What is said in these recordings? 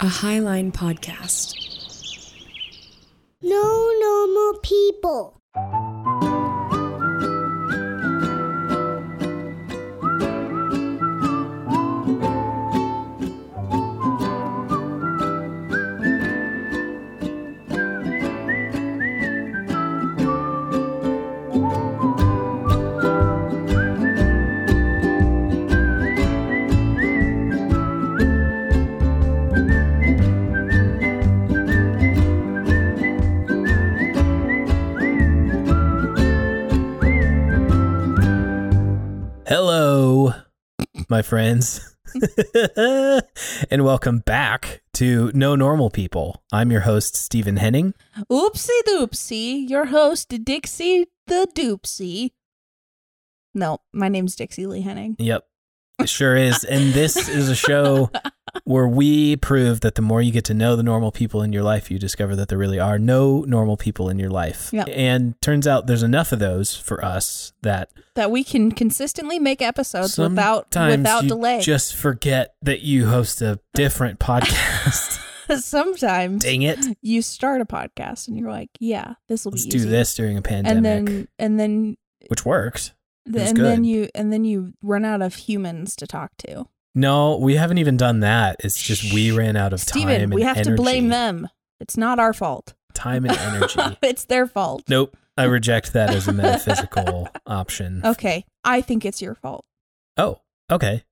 a Highline podcast. No normal people. Hello, my friends, and welcome back to No Normal People. I'm your host, Stephen Henning. Oopsie doopsie, your host Dixie the Doopsie. No, my name's Dixie Lee Henning. Yep, it sure is. And this is a show where we prove that the more you get to know the normal people in your life, you discover that there really are no normal people in your life. Yep. And turns out there's enough of those for us that That we can consistently make episodes without sometimes without you delay. just forget that you host a different podcast. Sometimes Dang it. you start a podcast and you're like, yeah, this will be Let's do easy. this during a pandemic, and then and then which works. was and then good. you and then you run out of humans to talk to. No, we haven't even done that. It's just we ran out of time. Steven, and we have to blame energy. them. It's not our fault. Time and energy. it's their fault. nope. I reject that as a metaphysical option. Okay. I think it's your fault. Oh, okay.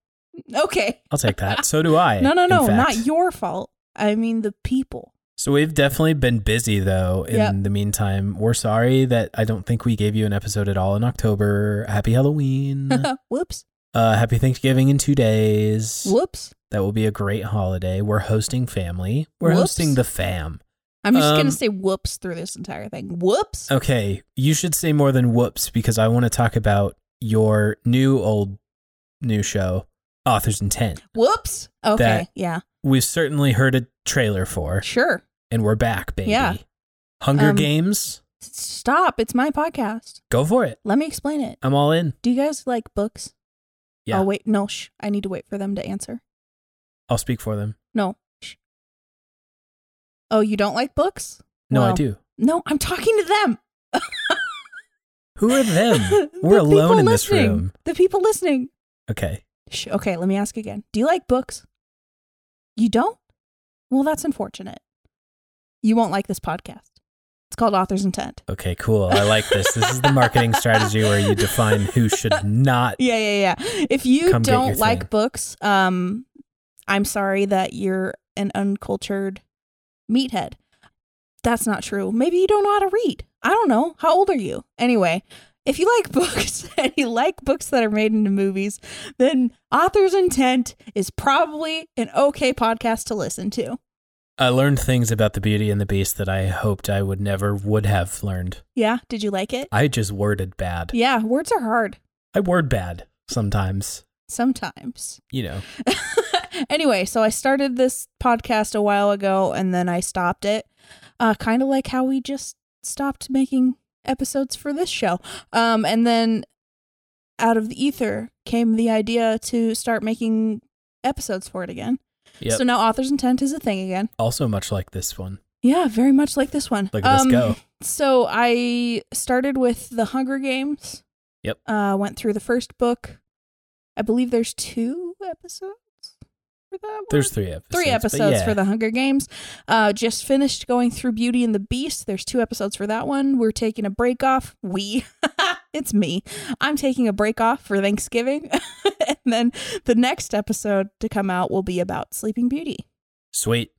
Okay. I'll take that. So do I. No, no, eh, in no, fact. not your fault. I mean the people. So we've definitely been busy though. In Yep. the meantime, we're sorry that I don't think we gave you an episode at all in October. Happy Halloween. uh, Whoops. happy Thanksgiving in two days. Whoops. That will be a great holiday. We're hosting family. We're Whoops. hosting the fam. I'm just Um, uh, gonna say whoops through this entire thing. Whoops. Okay, you should say more than whoops because I want to talk about your new old new show, Author's Intent. Whoops. Okay. that- yeah. We've certainly heard a trailer for, Sure. and we're back, baby. Yeah. Hunger Um, Games, S- Stop. It's my podcast. go for it. Let me explain it. I'm all in. Do you guys like books? Yeah. Oh wait, no. Shh. I need to wait for them to answer. I'll speak for them. No. Shh. Oh, you don't like books? No, I Well, do. No, I'm talking to them. Who are them? The We're alone people in this listening. room. The people listening. Okay. Sh- Okay, let me ask again. Do you like books? You don't? Well, that's unfortunate. You won't like this podcast. It's called Author's Intent. Okay, cool. I like this. this is the marketing strategy where you define who should not. Yeah, yeah, yeah. If you Come get your don't like thing. books, um, I'm sorry that you're an uncultured meathead. That's not true. Maybe you don't know how to read. I don't know. How old are you? Anyway, if you like books and you like books that are made into movies, then Author's Intent is probably an okay podcast to listen to. I learned things about the Beauty and the Beast that I hoped I would never would have learned. Yeah. Did you like it? I just worded bad. Yeah. Words are hard I word bad sometimes, sometimes. you know. anyway, so I started this podcast a while ago and then I stopped it. Uh, kind of like how we just stopped making episodes for this show. Um, and then out of the ether came the idea to start making episodes for it again. Yep. So now Author's Intent is a thing again. also much like this one. Yeah, very much like this one. Look at us Um, go. So I started with the Hunger Games. Yep. Uh, went through the first book. I believe there's two episodes for that. One. There's three episodes. three but episodes yeah. for the Hunger Games. Uh, just finished going through Beauty and the Beast. There's two episodes for that one. We're taking a break off. We, it's me. I'm taking a break off for Thanksgiving, and then the next episode to come out will be about Sleeping Beauty. Sweet.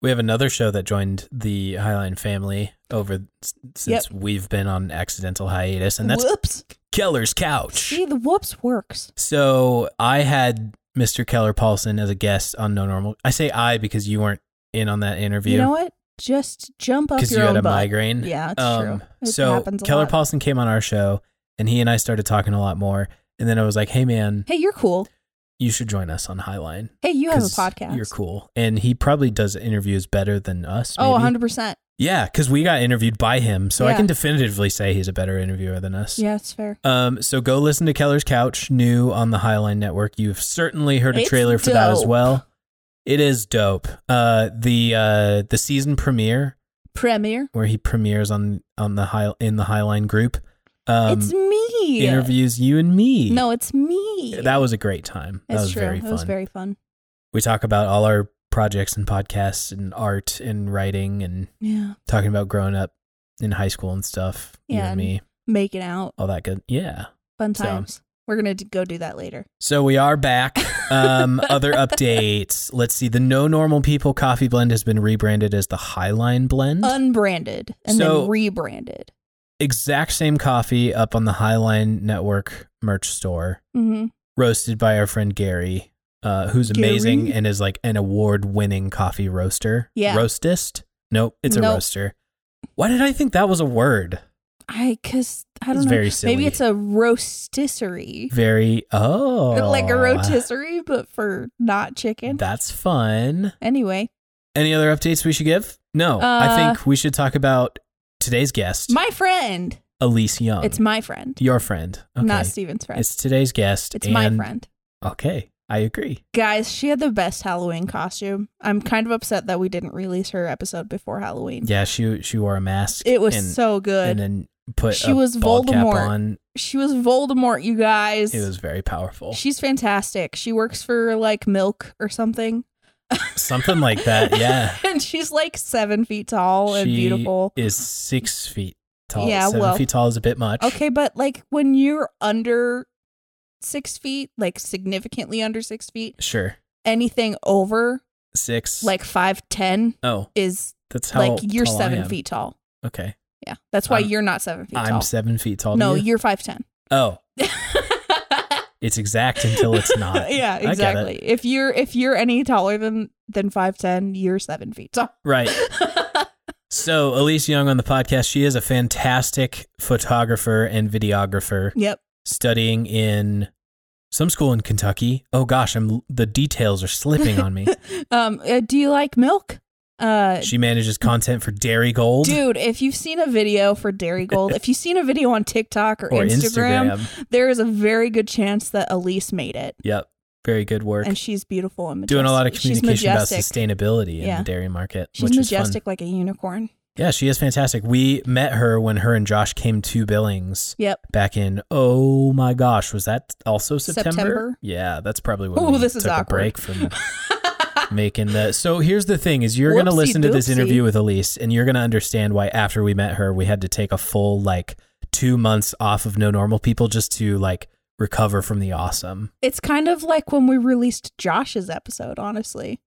We have another show that joined the Highline family over s- since we've been on accidental hiatus, and that's whoops. Keller's Couch. See, the whoops works. So I had Mr. Keller Paulson as a guest on No Normal. I say I because you weren't in on that interview. You know what? Just jump up because your you own had a butt. migraine. Yeah, it's Um, true. It so happens a Keller lot. Paulson came on our show, and he and I started talking a lot more. And then I was like, "Hey, man, Hey, you're cool. you should join us on Highline. Hey, you have a 'cause podcast. You're cool." And he probably does interviews better than us. Oh, maybe. 100%. Yeah, because we got interviewed by him, so I Yeah. can definitively say he's a better interviewer than us. Yeah, it's fair. Um, so go listen to Keller's Couch, new on the Highline Network. You've certainly heard a It's trailer for that as dope. well. It is dope. Uh, the uh, the season premiere Premiere. where he premieres on on the high in the Highline group. Um, it's me. interviews you and me. No, it's me. that was a great time. that It's was true. very it fun. was very fun. we talk about all our projects and podcasts and art and writing and Yeah. talking about growing up in high school and stuff. you Yeah, and me, Making out. all that good. Yeah. Fun So- times. We're gonna d- go do that later. So we are back. Um, other updates. Let's see. The No Normal People coffee blend has been rebranded as the Highline blend. Unbranded and So- then rebranded. exact same coffee up on the Highline Network merch store, Mm-hmm. roasted by our friend Gary, uh, who's amazing Gary? and is like an award winning coffee roaster. Yeah. Roastist? Nope, it's a Nope. roaster. Why did I think that was a word? I cause I don't It's know. very silly. Maybe it's a rotisserie. Very, oh. Like a rotisserie, but for not chicken. That's fun. Anyway, Any other updates we should give? No. I Uh, think we should talk about today's guest, my friend. Elise Young. it's my friend, your friend. Okay. not Steven's friend. It's, It's today's guest. my and- friend. Okay. I agree. Guys, she had the best Halloween costume. I'm kind of upset that we didn't release her episode before Halloween. Yeah, she she wore a mask. It was and, so And good. then put She a was bald cap Voldemort. on. she was Voldemort, you guys. It was very powerful. She's fantastic. She works for like milk or something. Something like that. Yeah. and she's like seven feet tall and She beautiful. Is six feet tall. Yeah, Seven well- feet tall is a bit much. Okay, but like when you're under six feet, like significantly under six feet, Sure. anything over Six. like five ten oh, is that's how like you're tall I seven am. feet tall. Okay. Yeah, that's why I'm- you're not seven feet I'm tall. seven feet tall. to no, you? you're five ten. Oh, it's exact until it's not. yeah, I get it. exactly. If you're if you're any taller than than five ten, you're seven feet tall. Right. So, Elise Young on the podcast, she is a fantastic photographer and videographer yep. studying in some school in Kentucky. Oh gosh, I'm the details are slipping on me. Um, uh, do you like milk? Uh, she manages content for Dairy Gold dude, if you've seen a video for Dairy Gold, if you've seen a video on TikTok or, or Instagram, Instagram. there is a very good chance that Elise made it, Yep. Very good work. and she's beautiful and majestic. Doing a lot of She's communication about majestic. sustainability in Yeah. the dairy market. She's which Is fun. majestic like a unicorn. Yeah, she is fantastic. We met her when her and Josh came to Billings Yep. back in oh my gosh, was that also September? September. Yeah, that's probably when Ooh, we this is took a awkward. break from making the so here's the thing is you're gonna Whoopsie listen to this doopsie. interview with elise and you're gonna understand why after we met her we had to take a full like two months off of no normal people just to like recover from the awesome It's kind of like when we released Josh's episode, honestly.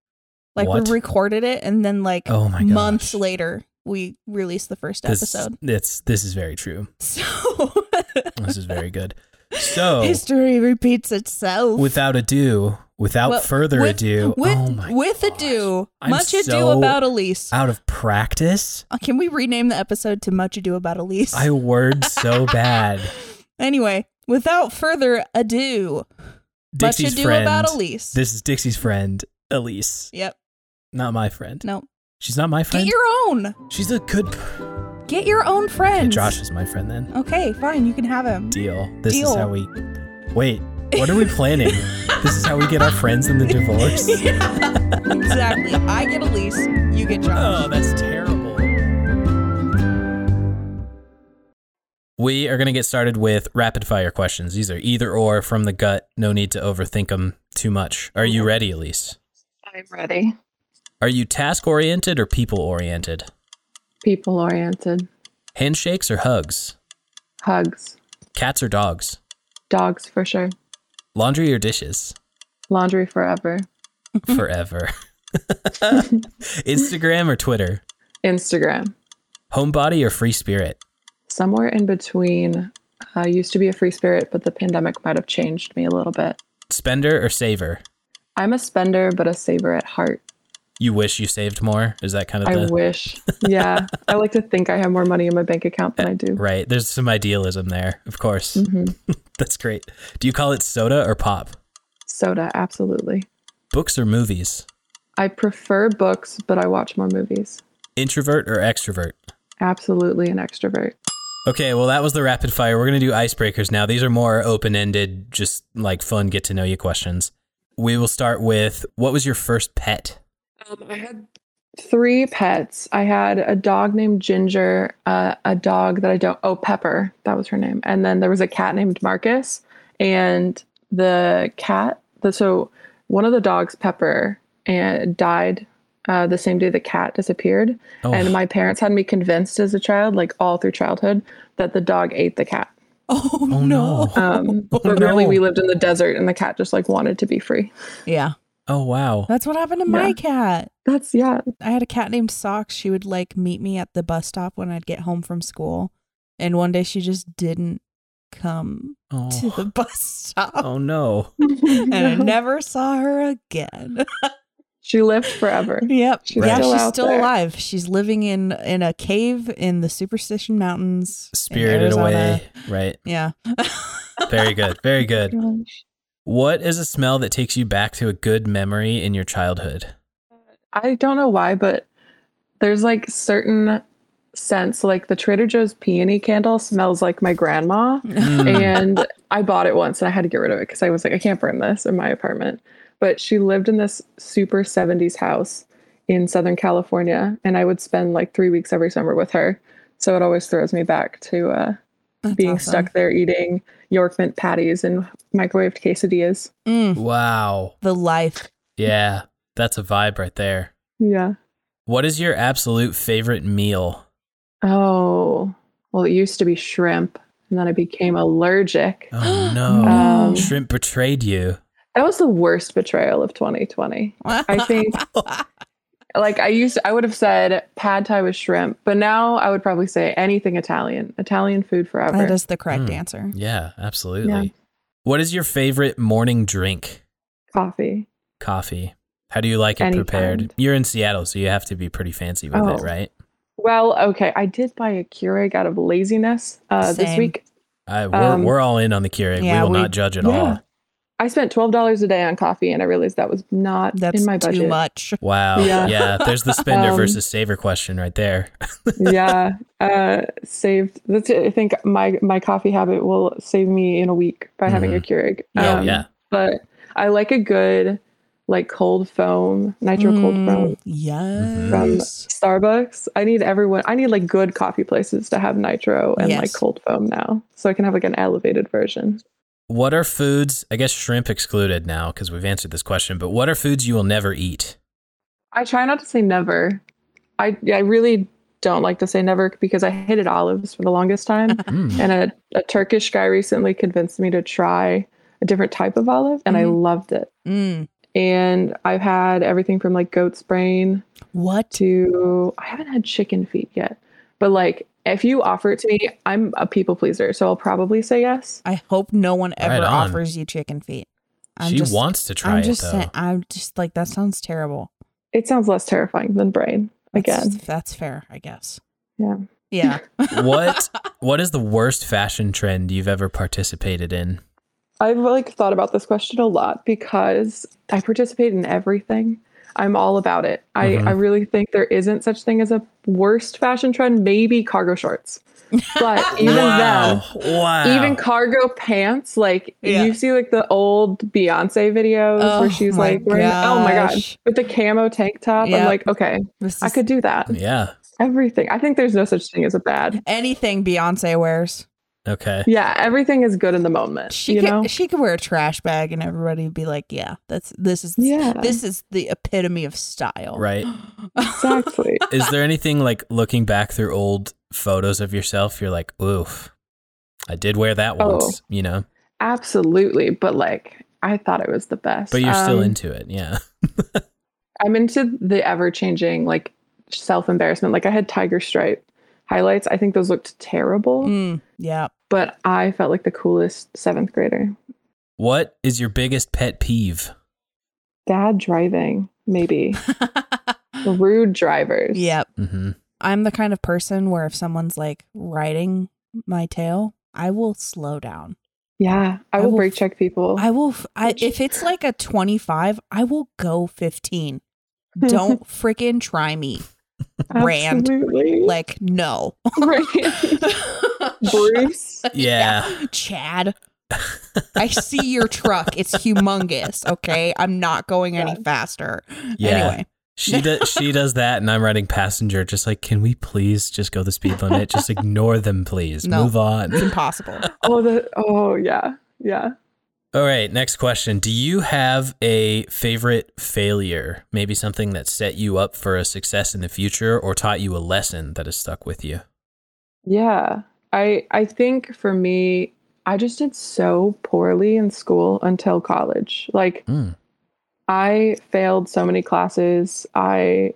Like What? we recorded it and then like Oh my months gosh. later we released the first this, episode. it's this is very true So this is very good so history repeats itself. Oh. without ado without Well, further with- ado with, oh my with gosh. ado, I'm much ado so about Elise. out of practice Uh, Can we rename the episode to Much Ado About Elise? i word so bad anyway, without further ado, dixie's Much Ado friend About Elise. this is dixie's friend elise yep. not my friend No. she's not my friend Get your own. She's a good. Get your own Yeah, friends. Josh is my friend then. Okay, fine. You can have him. Deal. This Deal. is how we. Wait, what are we planning? this is how we get our friends in the divorce? exactly. I get Elise. You get Josh. Oh, that's terrible. We are going to get started with rapid fire questions. These are either or from the gut. No need to overthink them too much. Are you ready, Elise? I'm ready. Are you task oriented or people oriented? People oriented. Handshakes or hugs? Hugs. Cats or dogs? Dogs for sure. Laundry or dishes? Laundry forever. forever. Instagram or Twitter? Instagram. Homebody or free spirit? Somewhere in between. I used to be a free spirit, but the pandemic might have changed me a little bit. Spender or saver? I'm a spender, but a saver at heart. You wish you saved more? Is that kind of I the wish. Yeah. I like to think I have more money in my bank account than I do. right? There's some idealism there, of course. hmm Mm-hmm. That's great. Do you call it soda or pop? Soda, absolutely. Books or movies? I prefer books, but I watch more movies. Introvert or extrovert? Absolutely an extrovert. Okay, well, that was the rapid fire. We're going to do icebreakers now. These are more open ended, just like fun get to know you questions. we will start with what was your first pet? Um, I had three pets. I had a dog named Ginger, uh, a dog that I don't. Oh, Pepper, that was her name. And then there was a cat named Marcus, and the cat. The, so one of the dogs, Pepper, and died uh, the same day the cat disappeared. Oh, And my parents had me convinced as a child, like all through childhood, that the dog ate the cat. Oh, Oh, no. no. Um, but no. really, we lived in the desert, and the cat just like wanted to be free. Yeah. oh wow. That's what happened to my Yeah. cat. That's yeah. I had a cat named Socks. She would like meet me at the bus stop when I'd get home from school. And one day she just didn't come to Oh, the bus stop. oh no. And I never saw her again. she lived forever. yep. She's yeah, still she's out still there. alive. She's living in in a cave in the Superstition Mountains. in Spirited Arizona. Oh away. Right. Yeah. Very good. Very good. Gosh. What is a smell that takes you back to a good memory in your childhood? I don't know why, but there's like certain scents, like the Trader Joe's peony candle smells like my grandma. Hmm. Mm. and I bought it once and I had to get rid of it because I was like, I can't burn this in my apartment. But she lived in this super 70s house in Southern California, and I would spend like three weeks every summer with her. So it always throws me back to uh, That's being awesome. stuck there eating York mint patties and microwaved quesadillas. Mm, Wow. the life. Yeah. That's a vibe right there. Yeah. What is your absolute favorite meal? Oh, well, it used to be shrimp, and then I became allergic. Oh no. Mm. Um, Shrimp betrayed you. That was the worst betrayal of 2020. I think like I used I would have said pad thai with shrimp, but now I would probably say anything Italian. Italian food forever. that is the correct Mm. answer. Yeah, absolutely. What is your favorite morning drink? Coffee. Coffee. How do you like it Any prepared? kind. You're in Seattle, so you have to be pretty fancy with Oh. it, right? Well, okay, I did buy a Keurig out of laziness uh, this Same. week. I, we're, Um, we're all in on the Keurig. yeah, we will we- not judge at all. I spent twelve dollars a day on coffee, and I realized that was not That's in my budget. too much. Wow. Yeah. Yeah. There's the spender Um, versus saver question right there. yeah, uh, saved. That's. It. I think my my coffee habit will save me in a week by having a Keurig. Mm-hmm. Um, Yeah, Oh, yeah. But I like a good like cold foam, nitro cold foam. Mm, Yes. from Starbucks. I need everyone. I need like good coffee places to have nitro and Yes. like cold foam now, so I can have like an elevated version. What are foods, I guess shrimp excluded now because we've answered this question, but what are foods you will never eat? I try not to say never. I I really don't like to say never because I hated olives for the longest time, Mm. and a, a Turkish guy recently convinced me to try a different type of olive, and I Mhm. loved it. Mm-hmm. Mm. And I've had everything from like goat's brain What? to I haven't had chicken feet yet, but like if you offer it to me, I'm a people pleaser, so I'll probably say yes. I hope no one ever Right on. offers you chicken feet. she wants to try I'm it though. just saying- I'm just like that sounds terrible. It sounds less terrifying than brain That's- again. that's fair, I guess. Yeah. Yeah. what what is the worst fashion trend you've ever participated in? I've like thought about this question a lot because I participate in everything. I'm all about it. I, Mhm. Mm-hmm. I really think there isn't such thing as a worst fashion trend, maybe cargo shorts. But even then, wow. wow. even cargo pants like Yeah. you see like the old beyonce videos Oh where she's my like wearing, oh my gosh. gosh with the camo tank top Yeah. i'm like okay This is i could do that yeah. everything i think there's no such thing as a bad anything Beyonce wears. Okay. yeah everything is good in the moment She you could know she could wear a trash bag and everybody would be like, Yeah, that's this is yeah this is the epitome of style. Right. exactly Is there anything like looking back through old photos of yourself? You're like, oof, I did wear that Oh. once, you know, absolutely but like i thought it was the best but you're still Um, into it. Yeah. i'm into the ever-changing like self-embarrassment like i had tiger stripe highlights i think those looked terrible Mm, yeah. but i felt like the coolest seventh grader What is your biggest pet peeve? dad driving, maybe rude drivers. yep. hmm I'm the kind of person where if someone's like riding my tail, I will slow down. yeah. I I will will- brake check people. I will. f I if it's like a 25, I will go 15. Don't freaking try me. Rand. Absolutely. Like no. Rand. Bruce. Yeah. Chad. I see your truck. It's humongous. Okay. I'm not going any faster. Yeah. Anyway. She does. She does that, and I'm writing passenger. Just like, can we please just go the speed limit? Just ignore them, please. No. Move on. It's impossible. Oh, the oh yeah, yeah. All right. Next question. Do you have a favorite failure? Maybe something that set you up for a success in the future, or taught you a lesson that has stuck with you. Yeah. I I think for me, I just did so poorly in school until college. Like Mm. I failed so many classes. I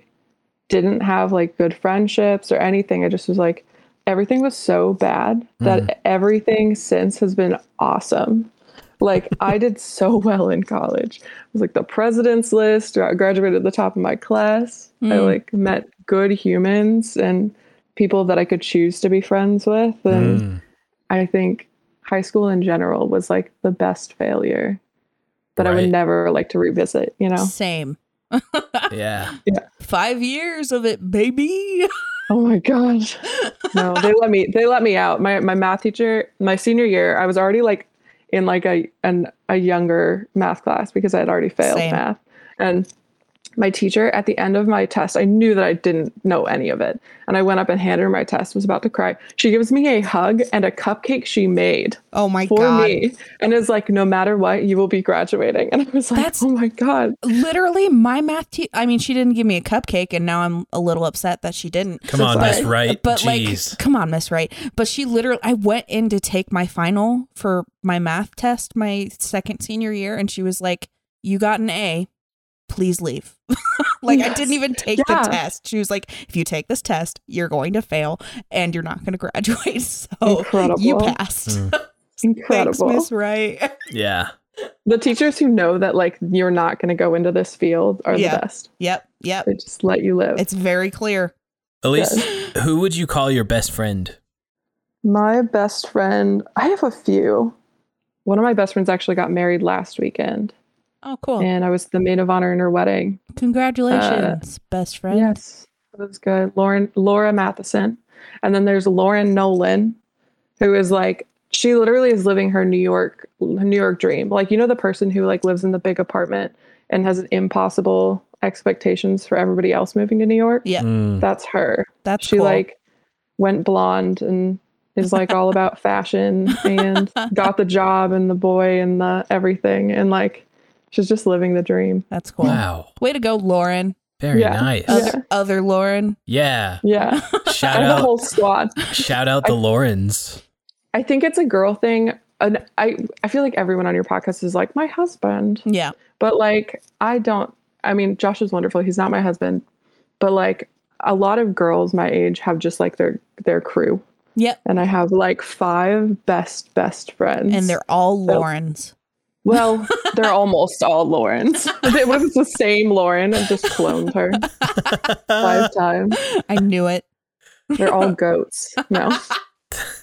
didn't have like good friendships or anything. I just was like everything was so bad that everything since has been awesome. Like I did so well in college. I was like the president's list. I graduated at the top of my class. I Mm. like met good humans and people that I could choose to be friends with. And Mm. I think high school in general was like the best failure that I Right. would never like to revisit, you know? Same. Yeah. Five years of it, baby. Oh my gosh. No, they let me they let me out. My my math teacher, my senior year, I was already like in like a an a younger math class because I had already failed Same. math. And my teacher at the end of my test, I knew that I didn't know any of it. And I went up and handed her my test, was about to cry. She gives me a hug and a cupcake she made Oh my for God. me. And is like, no matter what, you will be graduating. And I was like, That's- Oh my God. Literally, my math teacher. I mean, she didn't give me a cupcake, and now I'm a little upset that she didn't. Come on, sorry. Miss Wright. But Jeez. like, come on, Miss Wright. But she literally, I went in to take my final for my math test, my second senior year, and she was like, "You got an A, please leave." like, I didn't Yes. even take Yeah. the test. She was like, "If you take this test, you're going to fail, and you're not going to graduate." So you Incredible. passed. Mm. Incredible. Thanks, Miss Wright. yeah. the teachers who know that like you're not going to go into this field are Yeah. the best. yep, yep. They just let you live. It's very clear. Elise, who would you call your best friend? my best friend, I have a few. One of my best friends actually got married last weekend, Oh, cool. and I was the maid of honor in her wedding. Congratulations, best friend. uh, Yes, it was good. Lauren, Laura Matheson, and then there's Lauren Nolan, who is like she literally is living her New York New York dream. Like you know the person who like lives in the big apartment and has impossible expectations for everybody else moving to New York. Yeah. Mm. That's her. That's she cool. like went blonde and is like all about fashion and got the job and the boy and the everything and like she's just living the dream That's cool. Wow. Way to go, Lauren. Very Yeah. nice. Yeah. Other, other Lauren. Yeah. yeah Shout and the out. whole squad shout out the Laurens. i think it's a girl thing and i i feel like everyone on your podcast is like my husband Yeah. but like i don't i mean josh is wonderful he's not my husband but like a lot of girls my age have just like their their crew Yep. and i have like five best best friends And they're all Laurens. Well, they're almost all Laurens. It was the same Lauren and just cloned her five times. I knew it. They're all goats. No.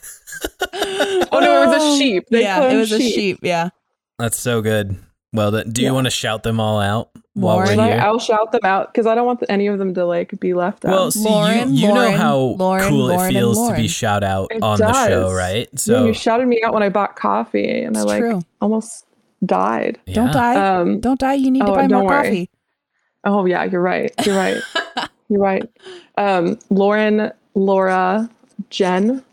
oh no, it was a sheep. They yeah, cloned it was a sheep. sheep. Yeah. That's so good. Well, done. do you Yeah. want to shout them all out while Lauren. And we're I, here? I'll shout them out because I don't want any of them to like be left Well, out. see, Lauren, you, you Lauren, know how Lauren, cool Lauren, it and feels to Lauren. be shout out It on the show, does. right? Yeah, So, you shouted me out when I bought coffee and I It's like true. almost died. Don't yeah. die. Um don't die. You need to oh, buy more don't worry. coffee. oh yeah, you're right. You're right. you're right. Um Lauren, Laura, Jen.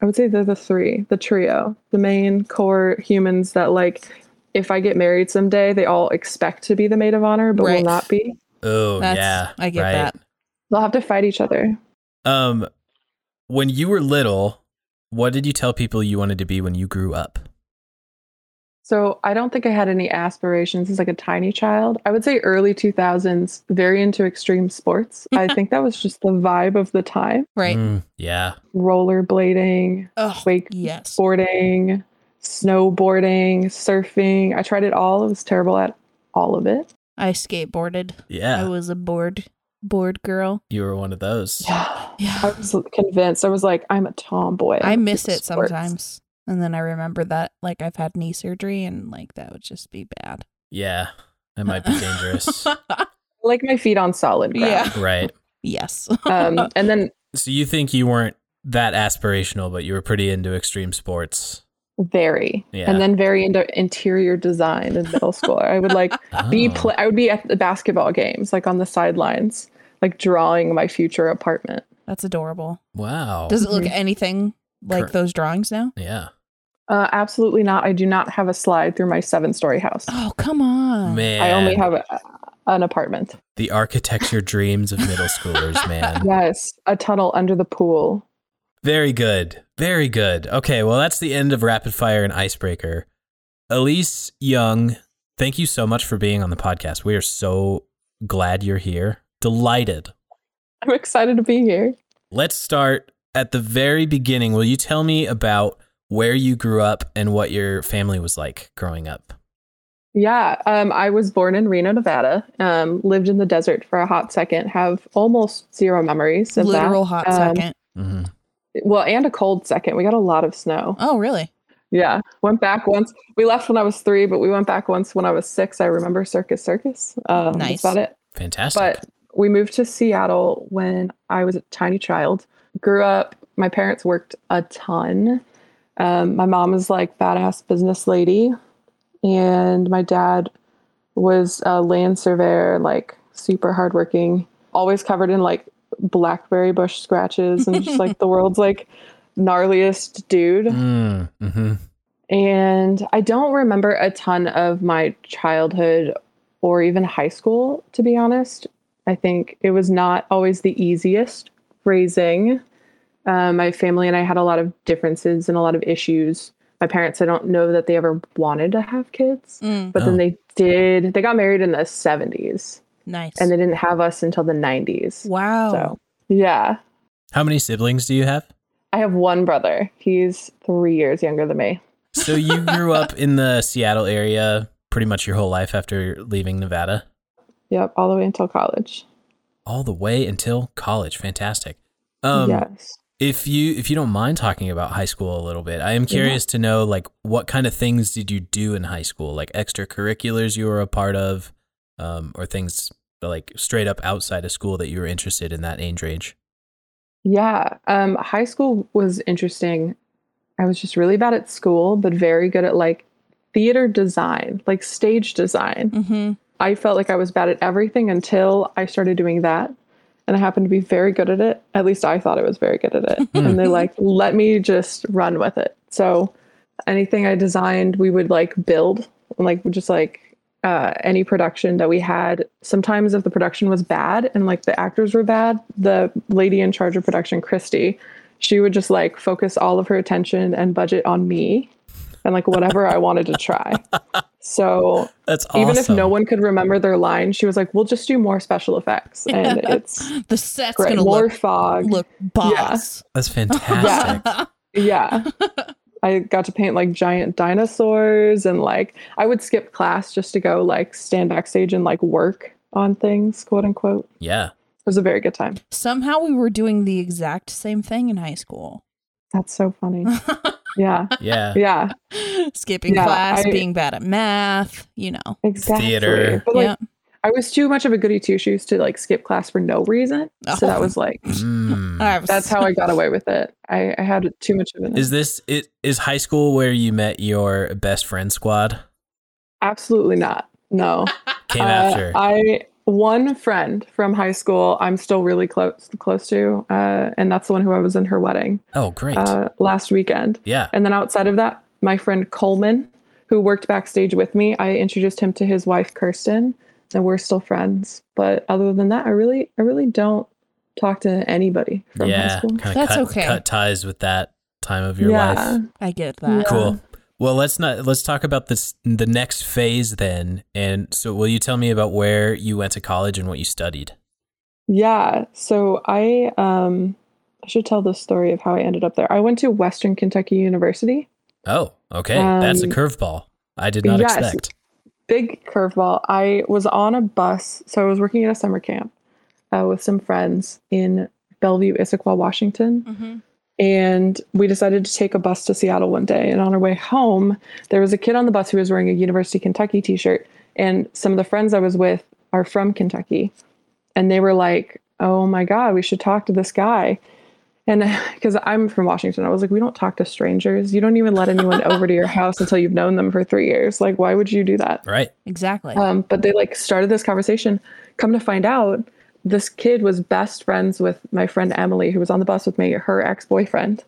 I would say they're the three, the trio, the main core humans that like if I get married someday, they all expect to be the maid of honor, but Right. will not be. Oh, That's, yeah. I get right. that. They'll have to fight each other. Um, when you were little, what did you tell people you wanted to be when you grew up? So I don't think I had any aspirations as like a tiny child. I would say early 2000s, very into extreme sports. I think that was just the vibe of the time. Right. Mm, yeah. Rollerblading, Oh, wake yes. boarding, snowboarding, surfing. I tried it all. I was terrible at all of it. I skateboarded. I Yeah. was a board board girl. You were one of those. Yeah. I Yeah. was convinced. I was like, I'm a tomboy. I miss it Sports. sometimes. And then I remember that like I've had knee surgery and like that would just be bad. Yeah. That might be dangerous. I like my feet on solid ground. Yeah. right. yes. um, and then So you think you weren't that aspirational, but you were pretty into extreme sports. very Yeah. and then very into interior design in middle school i would like be Oh. play i would be at the basketball games like on the sidelines like drawing my future apartment That's adorable. Wow. Does it look Mhm. anything like Cor- those drawings now? yeah. uh, absolutely not i do not have a slide through my seven story house Oh, come on. Man. i only have a, an apartment the architecture dreams of middle schoolers, man. yes a tunnel under the pool Very good. Very good. Okay, well, that's the end of Rapid Fire and Icebreaker. Elise Young, thank you so much for being on the podcast. We are so glad you're here. Delighted. i'm excited to be here Let's start at the very beginning. Will you tell me about where you grew up and what your family was like growing up? Yeah, um, I was born in Reno, Nevada. Um, lived in the desert for a hot second. Have almost zero memories of Literal hot um, second. hmm that. Well, and a cold second. We got a lot of snow. Oh, really? Yeah, went back once. We left when I was three, but we went back once when I was six. I remember Circus Circus. Um, Nice. That's about it. Fantastic. But we moved to Seattle when I was a tiny child. Grew up. My parents worked a ton. Um, my mom was like badass business lady, and my dad was a land surveyor, like super hardworking, always covered in like blackberry bush scratches, and just like the world's like gnarliest dude. Mm, mhm. And I don't remember a ton of my childhood or even high school, to be honest. I think it was not always the easiest raising. Um, my family and I had a lot of differences and a lot of issues. My parents, I don't know that they ever wanted to have kids, Mm, but Oh. then they did. They got married in the 70s nice. and they didn't have us until the 90s. wow. So, yeah. How many siblings do you have? I have one brother. He's three years younger than me. So you grew up in the Seattle area pretty much your whole life after leaving Nevada? Yep, all the way until college. all the way until college. Fantastic. Um, yes. If you if you don't mind talking about high school a little bit, I am curious to know like what kind of things did you do in high school, like extracurriculars you were a part of, um, or things like straight up outside of school that you were interested in that age range. Yeah, um, high school was interesting. I was just really bad at school, but very good at like theater design, like stage design. Mm-hmm. I felt like I was bad at everything until I started doing that. And I happened to be very good at it. At least I thought I was very good at it. Hmm. and they like, let me just run with it. So anything I designed, we would like build and like just like uh, any production that we had. Sometimes if the production was bad and like the actors were bad, the lady in charge of production, Christy, she would just like focus all of her attention and budget on me and like whatever I wanted to try. So That's awesome. even if no one could remember their line, she was like, "We'll just do more special effects, and it's The set's great. gonna More look fog. look boss. That's fantastic. Yeah, I got to paint like giant dinosaurs, and like I would skip class just to go like stand backstage and like work on things, quote unquote. It yeah. was a very good time. Somehow we were doing the exact same thing in high school. That's so funny. Yeah, Yeah. yeah, Skipping Yeah, class, I- being bad at math, you know. exactly. Theater. But, like, Yep. I was too much of a goody two shoes to like skip class for no reason. So Oh. that was like Mm. I was- that's how I got away with it. I, I had too much of an Is this it? Is high school where you met your best friend squad? absolutely not. No. Came Uh, after. I one friend from high school I'm still really close close to, uh, and that's the one who I was in her wedding oh, great. uh, last weekend. yeah. And then outside of that, my friend Coleman, who worked backstage with me, I introduced him to his wife Kirsten, and we're still friends. But other than that, I really I really don't talk to anybody from high yeah, school. kind of That's cut, okay. cut ties with that time of your yeah, life. I get that. Yeah. Cool. Well, let's not let's talk about this the next phase then. And so, will you tell me about where you went to college and what you studied? yeah. So I um I should tell the story of how I ended up there. I went to Western Kentucky University. Oh, okay, that's a Um, curveball. I did not yes. expect. big curveball. I was on a bus, so I was working at a summer camp uh, with some friends in Bellevue, Issaquah, Washington, Mhm. and we decided to take a bus to Seattle one day. And on our way home, there was a kid on the bus who was wearing a University of Kentucky T-shirt, and some of the friends I was with are from Kentucky, and they were like, "Oh my God, we should talk to this guy." And because I'm from Washington, I was like, we don't talk to strangers. You don't even let anyone over to your house until you've known them for three years. Like, why would you do that? Right. Exactly. Um, but they like started this conversation. Come to find out, this kid was best friends with my friend Emily, who was on the bus with me, her ex boyfriend.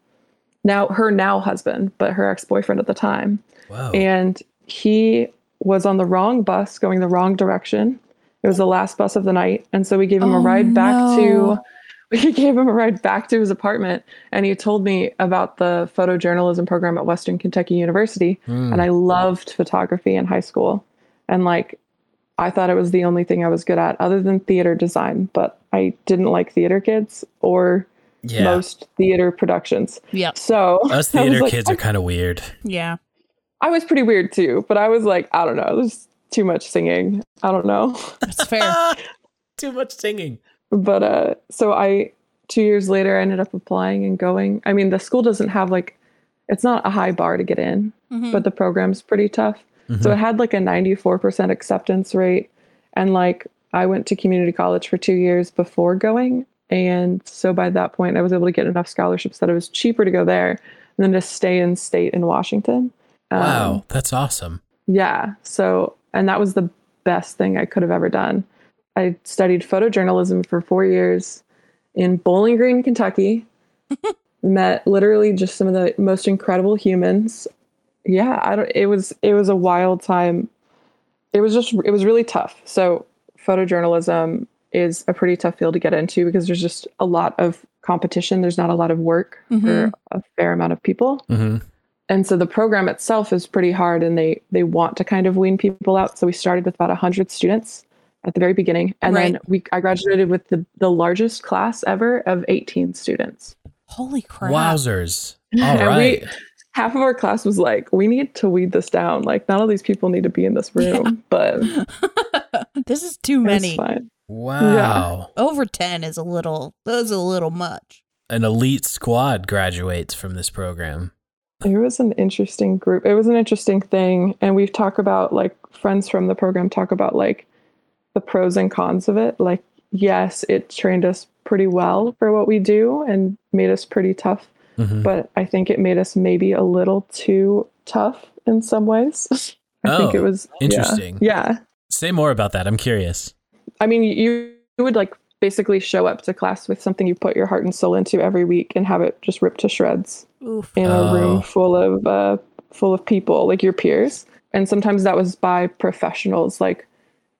Now, her now husband, but her ex boyfriend at the time. Whoa. And he was on the wrong bus going the wrong direction. It was the last bus of the night. And so we gave him Oh, a ride no. back to we gave him a ride back to his apartment and he told me about the photojournalism program at Western Kentucky University. Hmm. And I loved photography in high school. And like I thought it was the only thing I was good at other than theater design, but I didn't like theater kids or yeah. most theater productions. yep. So Us I was theater like, "Oh." kids are kind of weird. Yeah. I was pretty weird too, but I was like, I don't know, there's too much singing. I don't know. That's fair. Ah, Too much singing. But uh so I two years later I ended up applying and going. I mean, the school doesn't have like it's not a high bar to get in, Mhm. but the program's pretty tough. So it had like a 94% acceptance rate and like I went to community college for 2 years before going and so by that point I was able to get enough scholarships that it was cheaper to go there than to stay in state in Washington. Um, wow, that's awesome. Yeah. So, and that was the best thing I could have ever done. I studied photojournalism for four years in Bowling Green, Kentucky. Met literally just some of the most incredible humans. Yeah, I don't. It was it was a wild time. It was just it was really tough. So photojournalism is a pretty tough field to get into because there's just a lot of competition. There's not a lot of work for Mhm. a fair amount of people hmm and so the program itself is pretty hard and they they want to kind of wean people out so we started with about 100 students at the very beginning and then Right. we i graduated with the, the largest class ever of 18 students Holy crap. Wowzers. All And we- right. half of our class was like we need to weed this down like not all these people need to be in this room but it's this is too many. fine. wow. Over 10 is a little, that's a little much. An elite squad graduates from this program. it was an interesting group it was an interesting thing and we've talked about like friends from the program talk about like the pros and cons of it like yes it trained us pretty well for what we do and made us pretty tough Mhm. but i think it made us maybe a little too tough in some ways i Oh, think it was yeah. interesting. yeah, Say more about that. I'm curious. i mean you, you would like basically show up to class with something you put your heart and soul into every week and have it just ripped to shreds Oof. in a Oh. room full of uh, full of people like your peers and sometimes that was by professionals like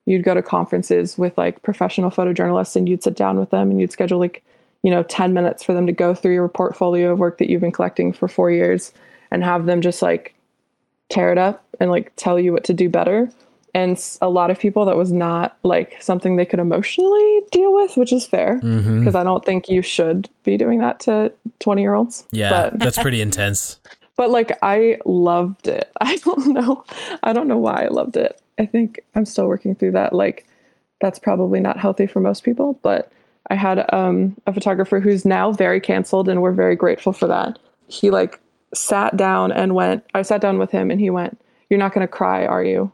you'd go to conferences with like professional photojournalists and you'd sit down with them and you'd schedule like you know 10 minutes for them to go through your portfolio of work that you've been collecting for four years and have them just like tear it up and like tell you what to do better and s- a lot of people that was not like something they could emotionally deal with which is fair hmm because i don't think you should be doing that to 20 year olds Yeah, that's pretty intense. but like I loved it. I don't know. I don't know why I loved it. I think I'm still working through that. Like that's probably not healthy for most people, but I had um a photographer who's now very canceled and we're very grateful for that. He like sat down and went I sat down with him and he went, "You're not going to cry, are you?"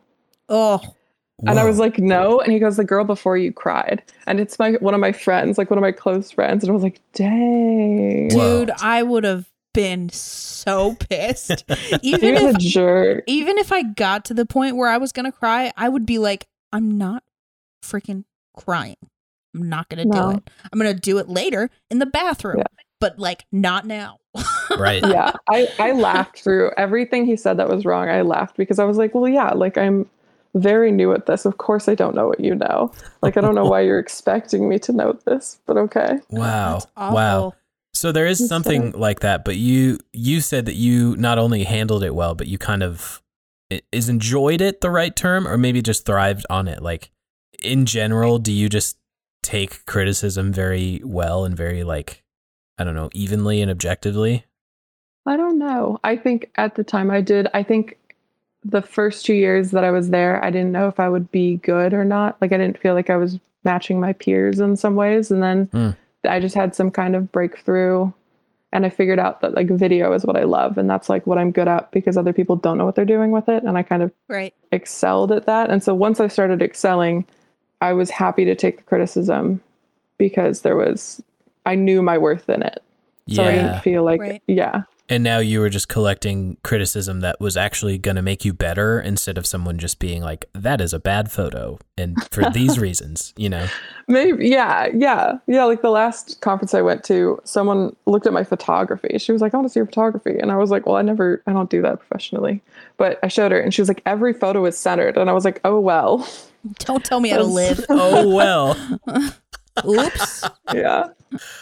Oh, And I was Whoa. like, no. And he goes, the girl before you cried. And it's my one of my friends, like one of my close friends. And I was like, dang. Whoa. dude, I would have been so pissed. He even was if a jerk. even if I got to the point where I was gonna cry, I would be like, I'm not freaking crying. I'm not gonna No. do it. I'm gonna do it later in the bathroom, Yeah. but like not now. right. yeah I, I laughed through everything he said that was wrong i laughed because i was like well yeah like i'm very new at this of course i don't know what you know like i don't know why you're expecting me to know this but okay Wow. That's awful. Wow. So there is It's something like that, but you you said that you not only handled it well, but you kind of i- is enjoyed it the right term, or maybe just thrived on it. Like in general, do you just take criticism very well and very like I don't know evenly and objectively? i don't know i think at the time i did i think the first two years that i was there i didn't know if i would be good or not like i didn't feel like i was matching my peers in some ways and then Hmm. i just had some kind of breakthrough and I figured out that like video is what I love and that's like what I'm good at because other people don't know what they're doing with it and I kind of Right. excelled at that and so once I started excelling I was happy to take the criticism because there was I knew my worth in it So I yeah. didn't feel like, Right. yeah, And now you were just collecting criticism that was actually going to make you better instead of someone just being like, that is a bad photo. And for these reasons, you know? maybe, yeah, yeah, yeah. Like the last conference I went to, someone looked at my photography. She was like, I want to see your photography. And I was like, well, I never, I don't do that professionally. But I showed her and she was like, every photo is centered. And I was like, oh, well, Don't tell me how to live. Oh, well. Oops. yeah,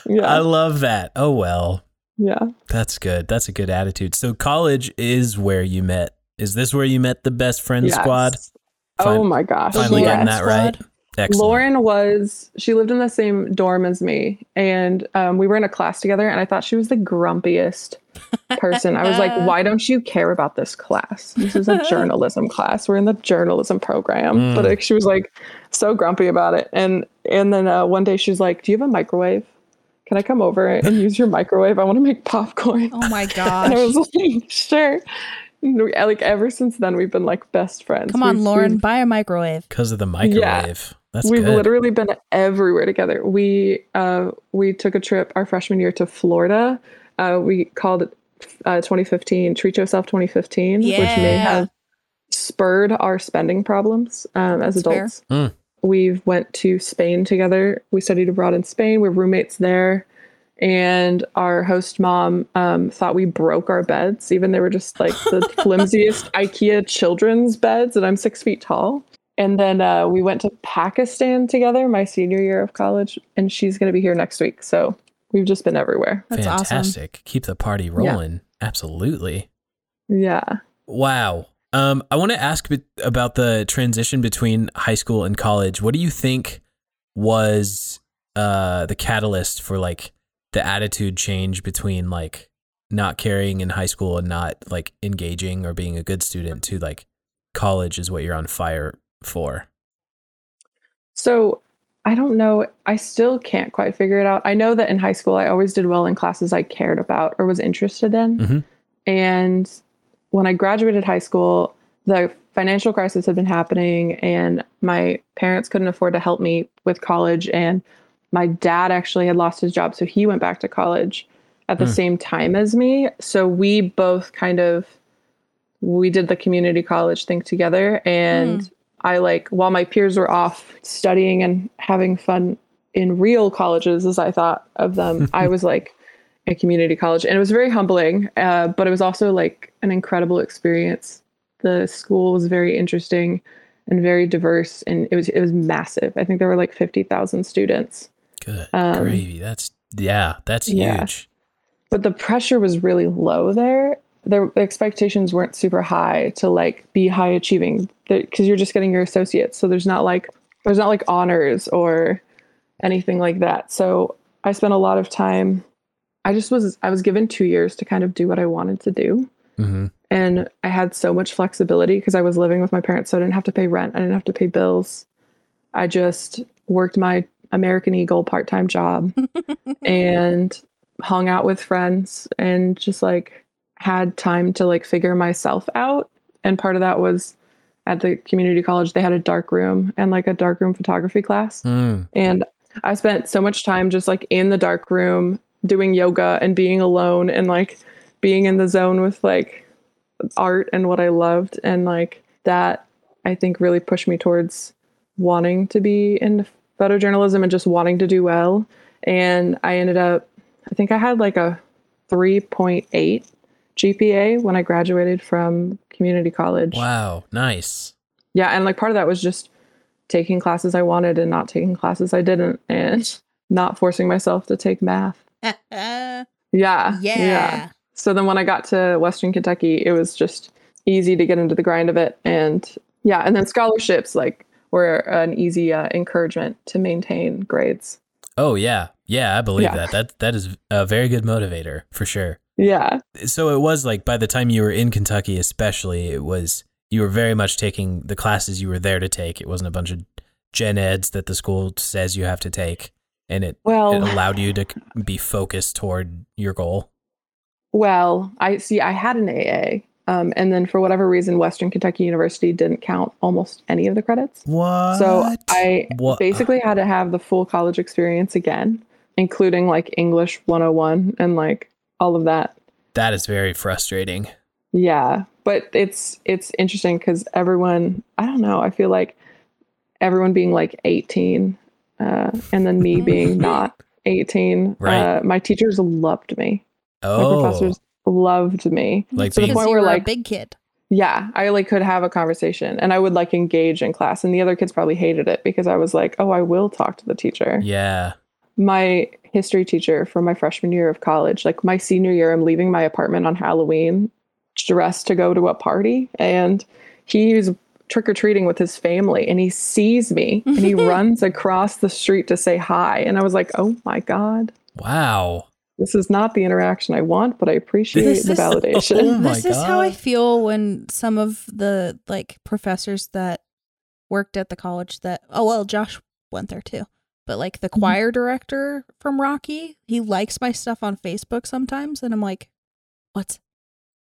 yeah, I love that. Oh, well. yeah. That's good. That's a good attitude. So, college is where you met. Is this where you met the best friend Yes. squad? Oh Fin- my gosh. Finally getting yes. that right. Excellent. Lauren was she lived in the same dorm as me, and um, we were in a class together. And I thought she was the grumpiest person. I was like, "Why don't you care about this class? This is a journalism class. We're in the journalism program." Mm. But like, she was like so grumpy about it. And and then uh, one day she's like, "Do you have a microwave? Can I come over and use your microwave? I want to make popcorn." Oh my And I gosh. was like, "Sure." And we- Like ever since then, we've been like best friends. Come on, We've- Lauren, we've buy a microwave. Because of the microwave. That's we've good. literally been everywhere together. We uh, we took a trip our freshman year to Florida. Uh, we called it uh, 2015 Treat Yourself 2015, which may Yeah. have spurred our spending problems um, as That's fair. adults. Mm. We've went to Spain together. We studied abroad in Spain. We were roommates there. And our host mom um, thought we broke our beds, even they were just like the flimsiest IKEA children's beds, and I'm six feet tall. And then uh, we went to Pakistan together my senior year of college, and she's going to be here next week. So we've just been everywhere. That's awesome. Fantastic. Keep the party rolling. Absolutely. Yeah. Wow. Um, I want to ask be- about the transition between high school and college. What do you think was uh, the catalyst for like the attitude change between like not caring in high school and not like engaging or being a good student to like college is what you're on fire for? So I don't know. I still can't quite figure it out. I know that in high school, I always did well in classes I cared about or was interested in. Mhm. And when I graduated high school, the financial crisis had been happening, and my parents couldn't afford to help me with college. And my dad actually had lost his job, so he went back to college at the Hmm. same time as me. So we both kind of we did the community college thing together and I like while my peers were off studying and having fun in real colleges as I thought of them, I was like a community college and it was very humbling, uh, but it was also like an incredible experience. The school was very interesting and very diverse and it was it was massive. I think there were like 50,000 students. Good Um, gravy. That's yeah. That's yeah. huge. but the pressure was really low there. Their expectations weren't super high to like be high achieving because you're just getting your associates. So there's not like there's not like honors or anything like that. So I spent a lot of time. I just was I was given two years to kind of do what I wanted to do, hmm and I had so much flexibility because I was living with my parents, so I didn't have to pay rent. I didn't have to pay bills. I just worked my American Eagle part time job and hung out with friends and just like had time to like figure myself out and part of that was at the community college they had a dark room and like a dark room photography class Mm. and i spent so much time just like in the dark room doing yoga and being alone and like being in the zone with like art and what i loved and like that i think really pushed me towards wanting to be in photojournalism and just wanting to do well and i ended up i think i had like a 3.8 gpa when i graduated from community college Wow. Nice. yeah and like part of that was just taking classes i wanted and not taking classes i didn't and not forcing myself to take math yeah. Ah, yeah so then when i got to western kentucky it was just easy to get into the grind of it and yeah and then scholarships like were an easy uh, encouragement to maintain grades Oh yeah. Yeah. I believe Yeah. that. That that is a very good motivator for sure. yeah so it was like by the time you were in Kentucky, especially, it was you were very much taking the classes you were there to take. It wasn't a bunch of gen eds that the school says you have to take, and it, it well allowed you to c- be focused toward your goal. well i see i had an aa um, and then for whatever reason western kentucky university didn't count almost any of the credits What? So I What? basically had to have the full college experience again. including like English 101 and like all of that. That is very frustrating. Yeah, but it's it's interesting because everyone, I don't know, I feel like everyone being like 18, uh, and then me being not 18. Right. Uh, my teachers loved me. My Oh, professors loved me. like to the being, point you where, were a like- big kid. Yeah, I like could have a conversation, and I would like engage in class, and the other kids probably hated it because I was like, oh, I will talk to the teacher. yeah. my history teacher for my freshman year of college. Like my senior year, I'm leaving my apartment on Halloween dressed to go to a party. And he's trick or treating with his family and he sees me and he runs across the street to say hi. And I was like, oh my God, Wow. this is not the interaction I want, but I appreciate This the is- Oh validation. my this is how I God. feel when some of the like professors that worked at the college that oh well Josh went there too. But like the choir director from Rocky, he likes my stuff on Facebook sometimes and I'm like, What's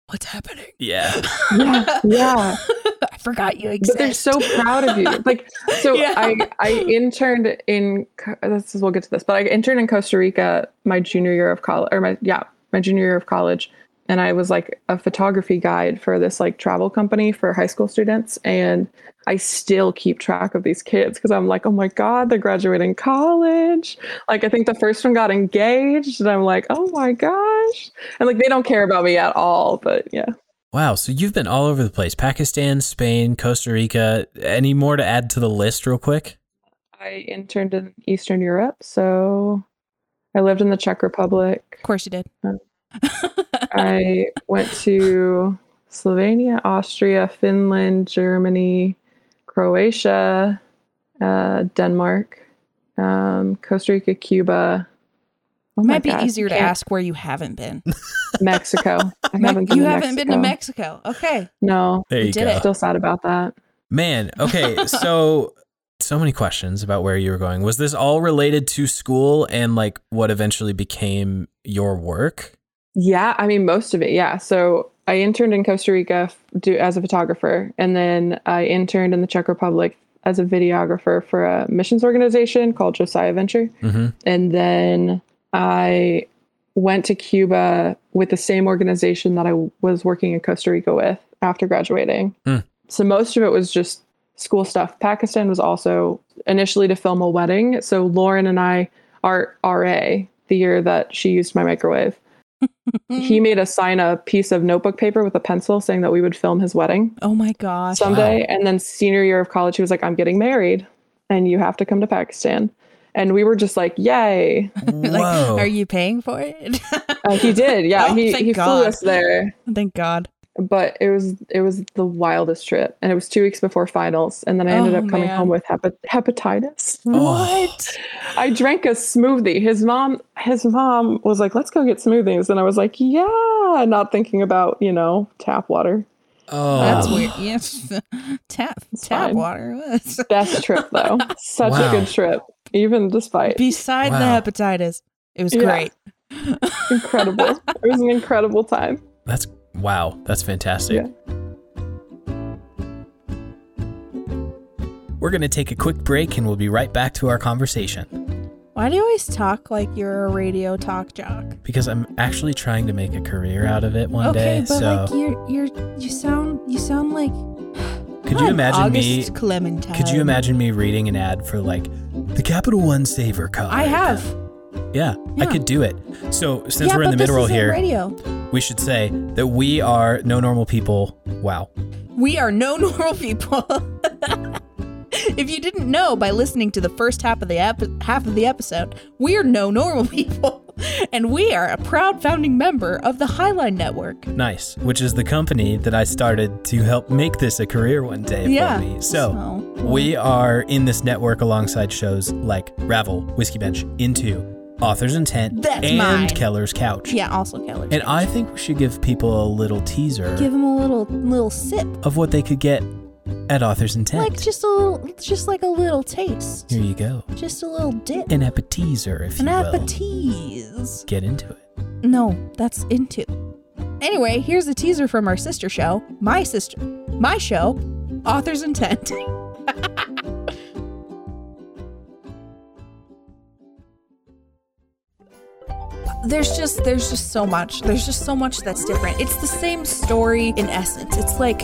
what's happening? Yeah. Yeah, yeah. I forgot you exist. but they're so proud of you like so Yeah. i i interned in Co- this is we'll get to this but i interned in costa rica my junior year of college or my yeah my junior year of college and i was like a photography guide for this like travel company for high school students and i still keep track of these kids because i'm like oh my god they're graduating college like i think the first one got engaged and i'm like oh my gosh and like they don't care about me at all but yeah Wow. So you've been all over the place Pakistan, Spain, Costa Rica. Any more to add to the list, real quick? I interned in Eastern Europe, so I lived in the Czech Republic. of course you did. Oh. I went to Slovenia, Austria, Finland, Germany, Croatia, uh, Denmark, um, Costa Rica, Cuba. Oh my Might be God, easier to can't- ask where you haven't been. Mexico. I Me- haven't been you to haven't been to Mexico. Mexico. Okay. No, There You you did go. it. still sad about that. Man, okay, so so many questions about where you were going. Was this all related to school and like what eventually became your work? Yeah, I mean most of it. Yeah. So I interned in Costa Rica f- do, as a photographer, and then I interned in the Czech Republic as a videographer for a missions organization called Josiah Venture, Mm-hmm. and then I went to Cuba with the same organization that I w- was working in Costa Rica with after graduating. Hmm. So most of it was just school stuff. Pakistan was also initially to film a wedding. So Lauren and I are RA the year that she used my microwave Mm. Mm-hmm. he made us sign a piece of notebook paper with a pencil saying that we would film his wedding oh my gosh. someday. And then senior year of college, he was like, I'm getting married and you have to come to Pakistan. And we were just like, yay. Whoa. like, are you paying for it? Uh, he did. Yeah. Oh, he thank he God. flew us there. Thank God. But it was it was the wildest trip. And it was two weeks before finals. And then I ended Oh, up coming man. home with hepa- hepatitis. Oh. I drank a smoothie. His mom, his mom was like, "Let's go get smoothies," and I was like, "Yeah," not thinking about you know tap water. Oh. That's weird. Yes. tap It's tap fine. water. Best trip though. Such Wow. a good trip, even despite Beside Wow. the hepatitis, it was Yeah. great. incredible. it was an incredible time. That's wow. That's fantastic. We're going to take a quick break and we'll be right back to our conversation Why do you always talk like you're a radio talk jock? because I'm actually trying to make a career out of it one okay, day. but so like you're you're you sound you sound like could you I'm imagine me August Clementine? could you imagine me reading an ad for like the Capital One Saver card? I have. Yeah, I Yeah. could do it. So since yeah, we're in but the this mid-roll isn't here, radio. we should say that we are no normal people. Wow. We are no normal people. if you didn't know by listening to the first half of the ep- half of the episode, we are no normal people, and we are a proud founding member of the Highline Network. Nice. Which is the company that I started to help make this a career one day Yeah, for me. So so- we are in this network alongside shows like Ravel, Whiskey Bench, Into, Author's Intent, That's and mine. Keller's Couch. Yeah, also Keller. And I think we should give people a little teaser give him a little little sip, of what they could get at Author's Intent. like just a little, just like a little taste, Here you go. just a little dip, An appetizer, if an you will. appetize. Get into it. No, that's into. Anyway, here's a teaser from our sister show, my sister, my show, Author's Intent. there's just there's just so much. There's just so much that's different. It's the same story in essence. It's like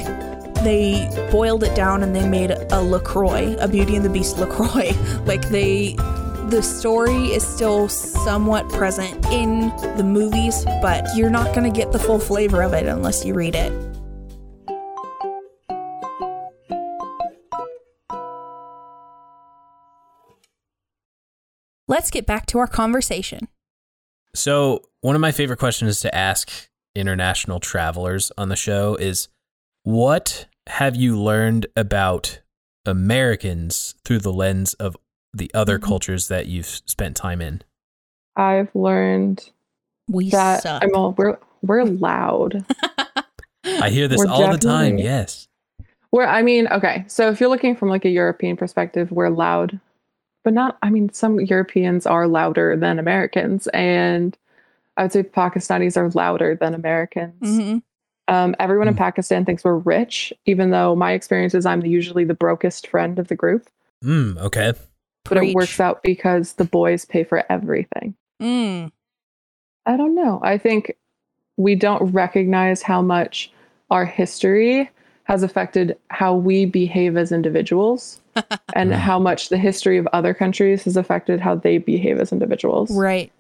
they boiled it down and they made a LaCroix, a Beauty and the Beast LaCroix. Like they the story is still somewhat present in the movies, but you're not going to get the full flavor of it unless you read it. Let's get back to our conversation. So, one of my favorite questions to ask international travelers on the show is what have you learned about Americans through the lens of the other Mm-hmm. cultures that you've spent time in? I've learned We that suck. I'm all we're we're loud. I hear this We're all the time. definitely- Yes. We're I mean, okay. So if you're looking from like a European perspective, we're loud. But not I mean, some Europeans are louder than Americans and I would say Pakistanis are louder than Americans. hmm Um, everyone in Mm. Pakistan thinks we're rich, even though my experience is I'm usually the brokest friend of the group. Mm, okay. But it works out because the boys pay for everything. Mm. I don't know. I think we don't recognize how much our history has affected how we behave as individuals and Mm. how much the history of other countries has affected how they behave as individuals. Right.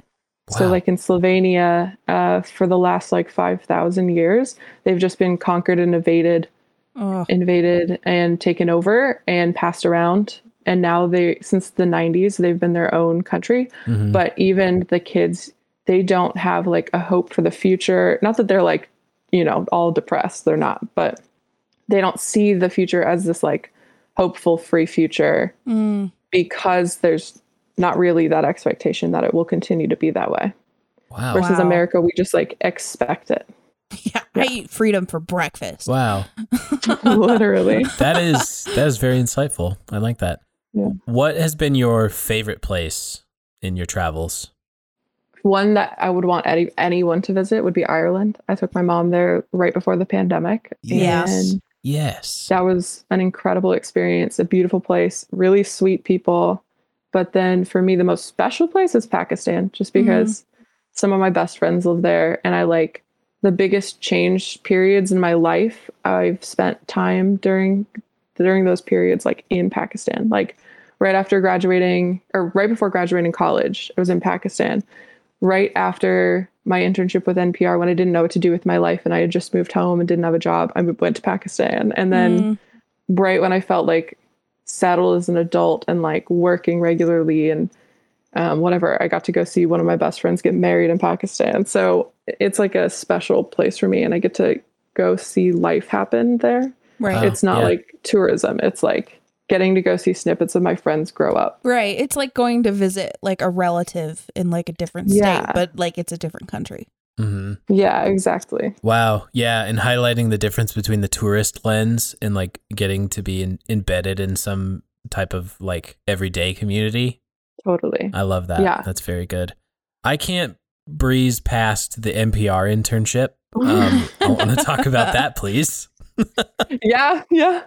So, Wow. like in Slovenia, uh, for the last like 5,000 years, they've just been conquered and invaded Oh. invaded and taken over and passed around. And now they, since the 90s, they've been their own country. Mm-hmm. Mhm. But even the kids, they don't have like a hope for the future. Not that they're like, you know, all depressed, they're not, but they don't see the future as this like hopeful, free future Mm. because there's not really that expectation that it will continue to be that way. wow. Versus Oh, Wow. America, we just like expect it, Yeah, I eat freedom for breakfast. Wow. literally. That is that is very insightful. I like that. Yeah. What has been your favorite place in your travels? one that I would want any, anyone to visit would be Ireland. I took my mom there right before the pandemic. Yes. And Yes. that was an incredible experience, a beautiful place, really sweet people. But then for me, the most special place is Pakistan, just because some of my best friends live there. And I like the biggest change periods in my life. I've spent time during during those periods like in Pakistan. Like right after graduating or right before graduating college, I was in Pakistan. Right after my internship with NPR, when I didn't know what to do with my life and I had just moved home and didn't have a job, I went to Pakistan. And then Mm. right when I felt like settled as an adult and like working regularly and um, whatever, I got to go see one of my best friends get married in Pakistan. So it's like a special place for me, and I get to go see life happen there. right. Oh, it's not yeah. like tourism, it's like getting to go see snippets of my friends grow up. Right. It's like going to visit like a relative in like a different state, Yeah. but like it's a different country. hmm Yeah, exactly. Wow. Yeah, and highlighting the difference between the tourist lens and like getting to be in, embedded in some type of like everyday community. Totally. I love that. Yeah. That's very good. I can't breeze past the NPR internship. Oh. Um, I want to talk about that, please. yeah, yeah,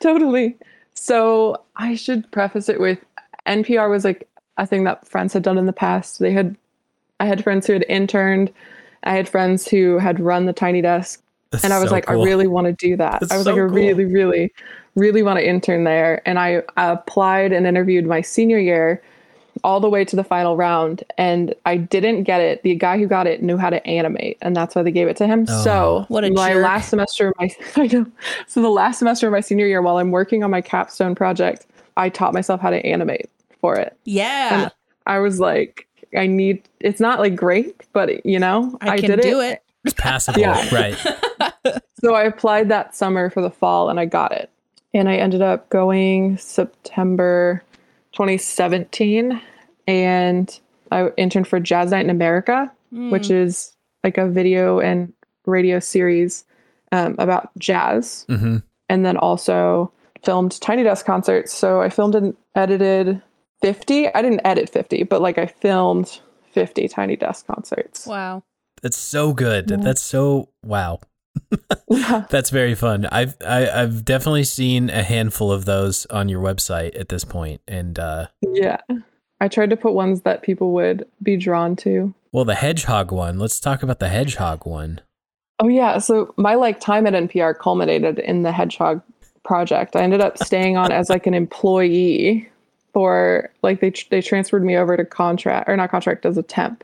totally. So I should preface it with NPR was like a thing that friends had done in the past. They had, I had friends who had interned, I had friends who had run the tiny desk, That's and I was so like, cool. I really want to do that. That's I was so like, I cool. really, really, really want to intern there. And I applied and interviewed my senior year all the way to the final round, and I didn't get it. The guy who got it knew how to animate, and that's why they gave it to him. Oh. So What a my jerk. last semester, of my I know. So the last semester of my senior year, while I'm working on my capstone project, I taught myself how to animate for it. Yeah. And I was like, I need. It's not like great, but you know, I can did do it. It's passable, Yeah. right? so I applied that summer for the fall and I got it. And I ended up going September 2017 and I interned for Jazz Night in America, Hmm. Mm. which is like a video and radio series um, about jazz hmm and then also filmed Tiny Desk concerts. So I filmed and edited 50. I didn't edit 50, but like I filmed 50 Tiny Desk concerts. Wow. That's so good. Yeah. That's so wow. That's very fun. I've I, I've definitely seen a handful of those on your website at this point, and uh, Yeah. I tried to put ones that people would be drawn to Well, the hedgehog one. Let's talk about the hedgehog one. Oh yeah, so my like time at NPR culminated in the Hedgehog project. I ended up staying on as like an employee for like they tr- they transferred me over to contract or not contract as a temp,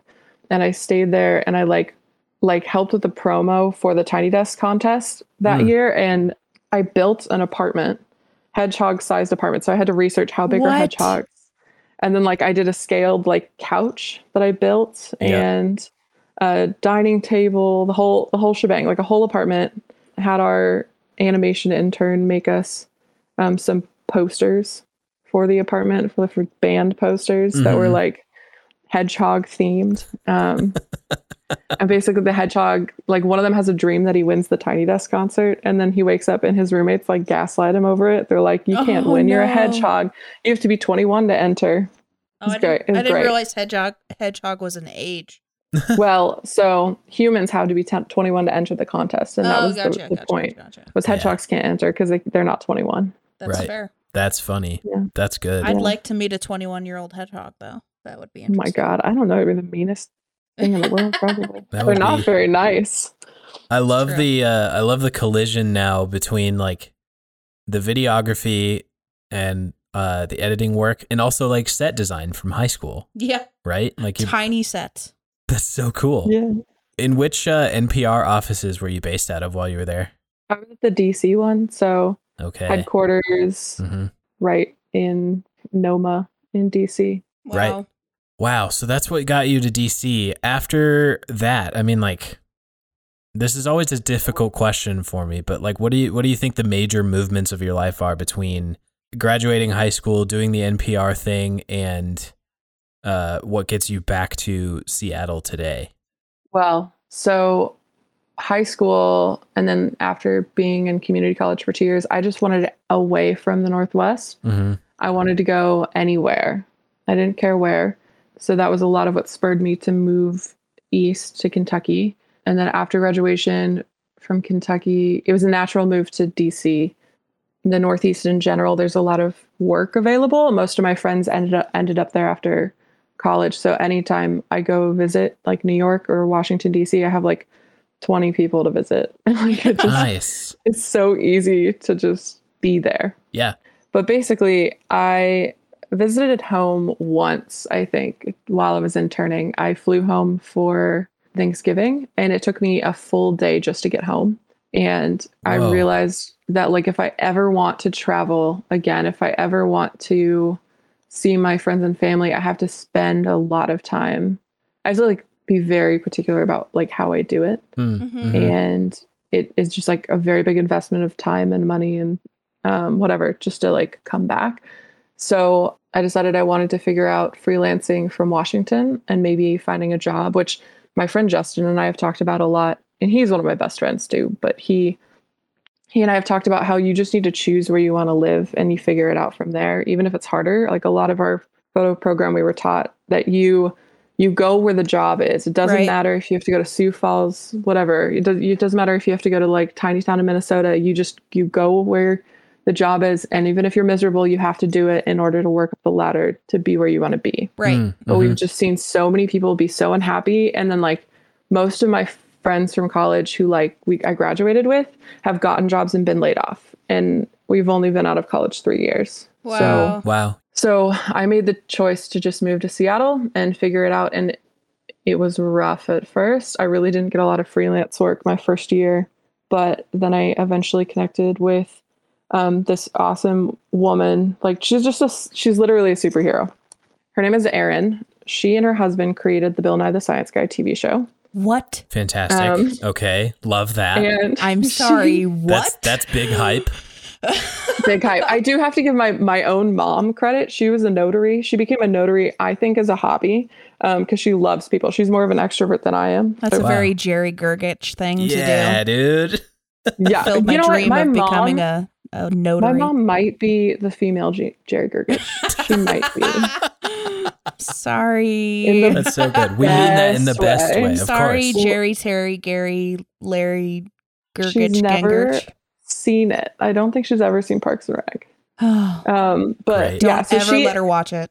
and I stayed there and I like like helped with the promo for the Tiny Desk contest that Hmm. year, and I built an apartment, hedgehog sized apartment. So I had to research how big What? are hedgehogs, and then like I did a scaled like couch that I built Yeah. and a dining table, the whole the whole shebang, like a whole apartment. Had our animation intern make us um, some posters for the apartment for the for band posters that were Mm-hmm. Mhm. like hedgehog themed. Um, and basically, the hedgehog like one of them has a dream that he wins the Tiny Desk concert, and then he wakes up and his roommates like gaslight him over it. They're like, "You can't Oh, win. You're a no. hedgehog. You have to be 21 to enter." Oh, I It's great. didn't, It's I didn't great. realize hedgehog hedgehog was an age. well, so humans have to be 10, 21 to enter the contest, and that oh, was the- gotcha, the, gotcha, point. gotcha, gotcha. Was Yeah. hedgehogs can't enter because they, they're not Oh 21. That's Right. fair. That's funny. Yeah. That's good. I'd Yeah. like to meet a 21 year old hedgehog though. That would be Oh my interesting. god, I don't know. It'd be the meanest thing in the world, probably. That They're would not be- very nice. I love True. the uh, I love the collision now between like the videography and uh, the editing work, and also like set design from high school, yeah, right? Like you, tiny set. that's so cool. Yeah. In which uh, NPR offices were you based out of while you were there? I was at the DC one, so Okay. headquarters Mhm. right in Noma in DC. Wow. Right. Wow. So that's what got you to DC. After that, I mean, like, this is always a difficult question for me. But like, what do you what do you think the major movements of your life are between graduating high school, doing the NPR thing, and uh, what gets you back to Seattle today? Well, so high school and then after being in community college for two years, I just wanted away from the Northwest. Mm-hmm. I wanted to go anywhere. I didn't care where. So that was a lot of what spurred me to move east to Kentucky. And then after graduation from Kentucky, it was a natural move to DC. The Northeast in general, there's a lot of work available. Most of my friends ended up ended up there after college. So anytime I go visit like New York or Washington DC, I have like 20 people to visit. like it Uh-huh. just, Nice. it's so easy to just be there. Yeah. But basically, I visited home once, I think, while I was interning. I flew home for Thanksgiving and it took me a full day just to get home. And Whoa. I realized that, like, if I ever want to travel again, if I ever want to see my friends and family, I have to spend a lot of time. I have to, like, be very particular about, like, how I do it Mm, Mhm. mhm. and it is just like a very big investment of time and money and um, whatever just to like come back so i decided i wanted to figure out freelancing from washington and maybe finding a job which my friend justin and i have talked about a lot and he's one of my best friends too but he he and i have talked about how you just need to choose where you want to live and you figure it out from there even if it's harder like a lot of our photo program we were taught that you you go where the job is it doesn't Right. matter if you have to go to sioux falls whatever it, does, it doesn't matter if you have to go to like tiny town in minnesota you just you go where the job is and even if you're miserable you have to do it in order to work up the ladder to be where you want to be Right. Oh, Mm, but mhm. we've just seen so many people be so unhappy and then like most of my friends from college who like we I graduated with have gotten jobs and been laid off and we've only been out of college 3 years Wow. Mm-hmm. Wow. so I made the choice to just move to Seattle and figure it out. And it was rough at first. I really didn't get a lot of freelance work my first year. But then I eventually connected with um, this awesome woman. Like, she's just a, s- she's literally a superhero. Her name is Erin. She and her husband created the Bill Nye the Science Guy TV show. What? Fantastic. okay. Love that. And I'm she- sorry. Um, what? That's that's big hype. big hype. I do have to give my my own mom credit. She was a notary. She became a notary, I think, as a hobby because she loves people. She's more of an extrovert than I am. That's a Wow. very Jerry Gergich thing to yeah, dude. do. yeah, Filled my Uh, you know dream what? My of mom, becoming a, a my notary. mom might be the female G- Jerry Gergich. She might be. Sorry. In the That's so good. We mean that in the Best best way. way, I'm of Sorry, course. Jerry, Terry, Gary, Larry, Gergich, She's never- Gengich. Seen it. I don't think she's ever seen Parks and Rec. Oh, Um, but Great. don't yeah, so ever she let her watch it.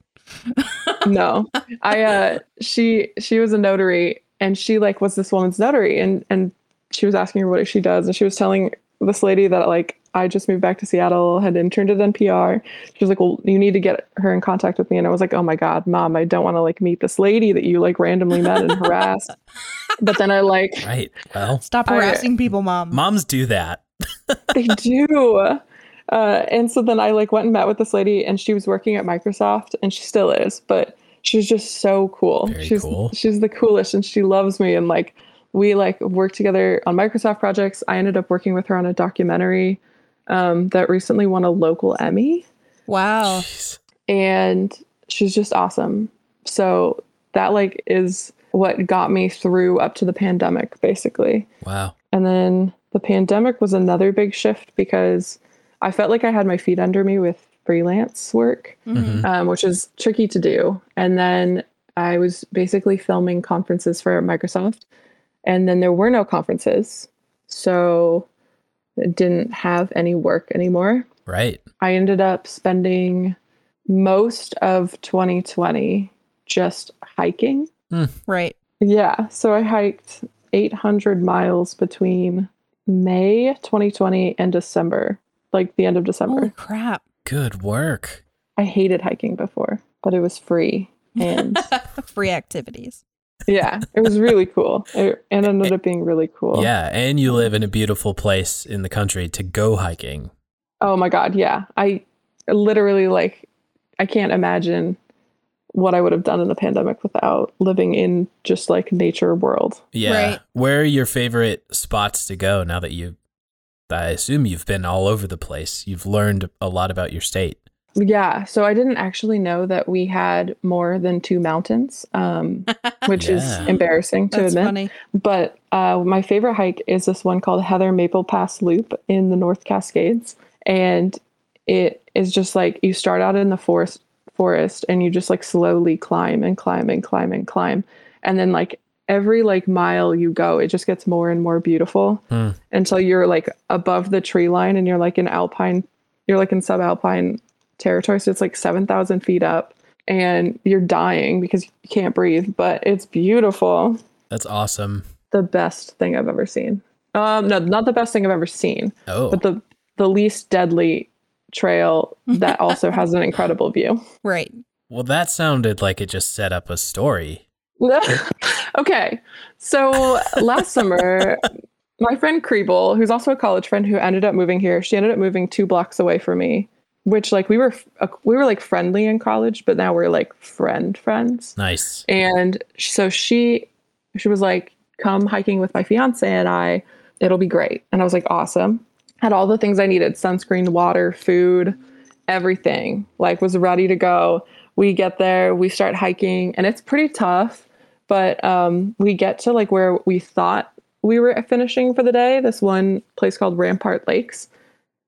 no i uh she she was a notary and she like was this woman's notary and and she was asking her what she does and she was telling this lady that like i just moved back to seattle had interned at npr she was like well you need to get her in contact with me and i was like oh my god mom i don't want to like meet this lady that you like randomly met and harassed but then i like Right. Well, Stop I- uh, harassing people, mom. moms do that. they do. Uh, and so then I like went and met with this lady, and she was working at Microsoft, and she still is, but she's just so cool. Very she's cool. she's the coolest, and she loves me, and like we like worked together on Microsoft projects. I ended up working with her on a documentary um, that recently won a local Emmy, Wow. Jeez. and she's just awesome. So that like is what got me through up to the pandemic, basically. Wow. And then the pandemic was another big shift because I felt like I had my feet under me with freelance work, Mm-hmm. Mhm. um, which is tricky to do. And then I was basically filming conferences for Microsoft, and then there were no conferences. So I didn't have any work anymore. Right. I ended up spending most of 2020 just hiking. Right. Yeah, so I hiked 800 miles between May 2020 and December, like the end of Holy December. crap. Good work. I hated hiking before, but it was free. And Free activities. yeah, it was really cool. It, it ended up being really cool. Yeah, and you live in a beautiful place in the country to go hiking. Oh my God. Yeah. I literally, like, I can't imagine what I would have done in the pandemic without living in just like nature world. Yeah. Right. Where are your favorite spots to go now that you I assume you've been all over the place. You've learned a lot about your state. Yeah, so I didn't actually know that we had more than two mountains, um, which Yeah. is embarrassing to That's admit. funny. But uh, my favorite hike is this one called Heather Maple Pass Loop in the North Cascades, and it is just like you start out in the forest, forest, and you just like slowly climb and climb and climb and climb, and then like every like mile you go, it just gets more and more beautiful Hmm. until you're like above the tree line, and you're like in alpine, you're like in subalpine territory, so it's like seven thousand feet up. And you're dying because you can't breathe, but it's beautiful That's awesome. the best thing I've ever seen. Um, no, not the best thing I've ever seen, Oh. but the the least deadly trail that also has an incredible view. Right. well, that sounded like it just set up a story. okay, so last summer, my friend Kriebel, who's also a college friend who ended up moving here, she ended up moving two blocks away from me, which like we were f- uh, we were like friendly in college, but now we're like friend friends. Nice. And so she she was like, "Come hiking with my fiance and I. It'll be great." And I was like, "Awesome." Had all the things I needed: sunscreen, water, food, everything. Like was ready to go. We get there, we start hiking, and it's pretty tough, but um, we get to like where we thought we were finishing for the day. This one place called Rampart Lakes.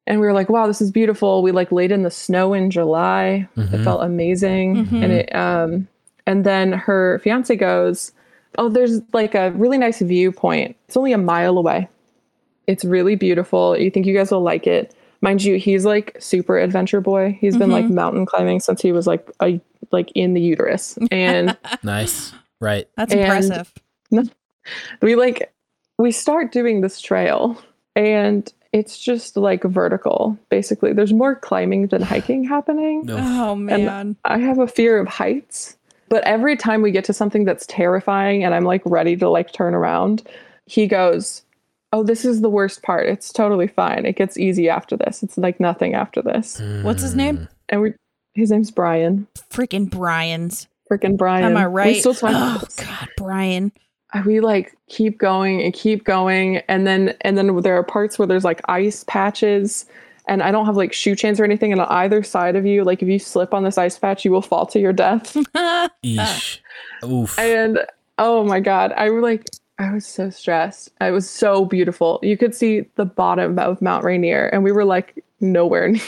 And we were like, wow, this is beautiful. We like laid in the snow in July. Mhm. It felt amazing. And it um and then her fiance goes, Oh, there's like a really nice viewpoint. It's only a mile away. It's really beautiful. You think you guys will like it. Mind you, he's like super adventure boy. He's been like mountain climbing since he was like a like in the uterus. And Nice. Right. That's And- impressive. we like we start doing this trail and it's just like vertical basically there's more climbing than hiking happening No. Oh man. i have a fear of heights but every time we get to something that's terrifying and i'm like ready to like turn around he goes oh this is the worst part it's totally fine it gets easy after this it's like nothing after Hmm. this What's his Mm. name? and we his name's brian Freaking Brian's. freaking brian Am I right? we still talk oh about this. God, Brian. I- we like keep going and keep going and then and then there are parts where there's like ice patches and i don't have like shoe chains or anything and on either side of you like if you slip on this ice patch you will fall to your death Uh, Eesh. Oof. and oh my god i were like i was so stressed it was so beautiful you could see the bottom of mount rainier and we were like nowhere near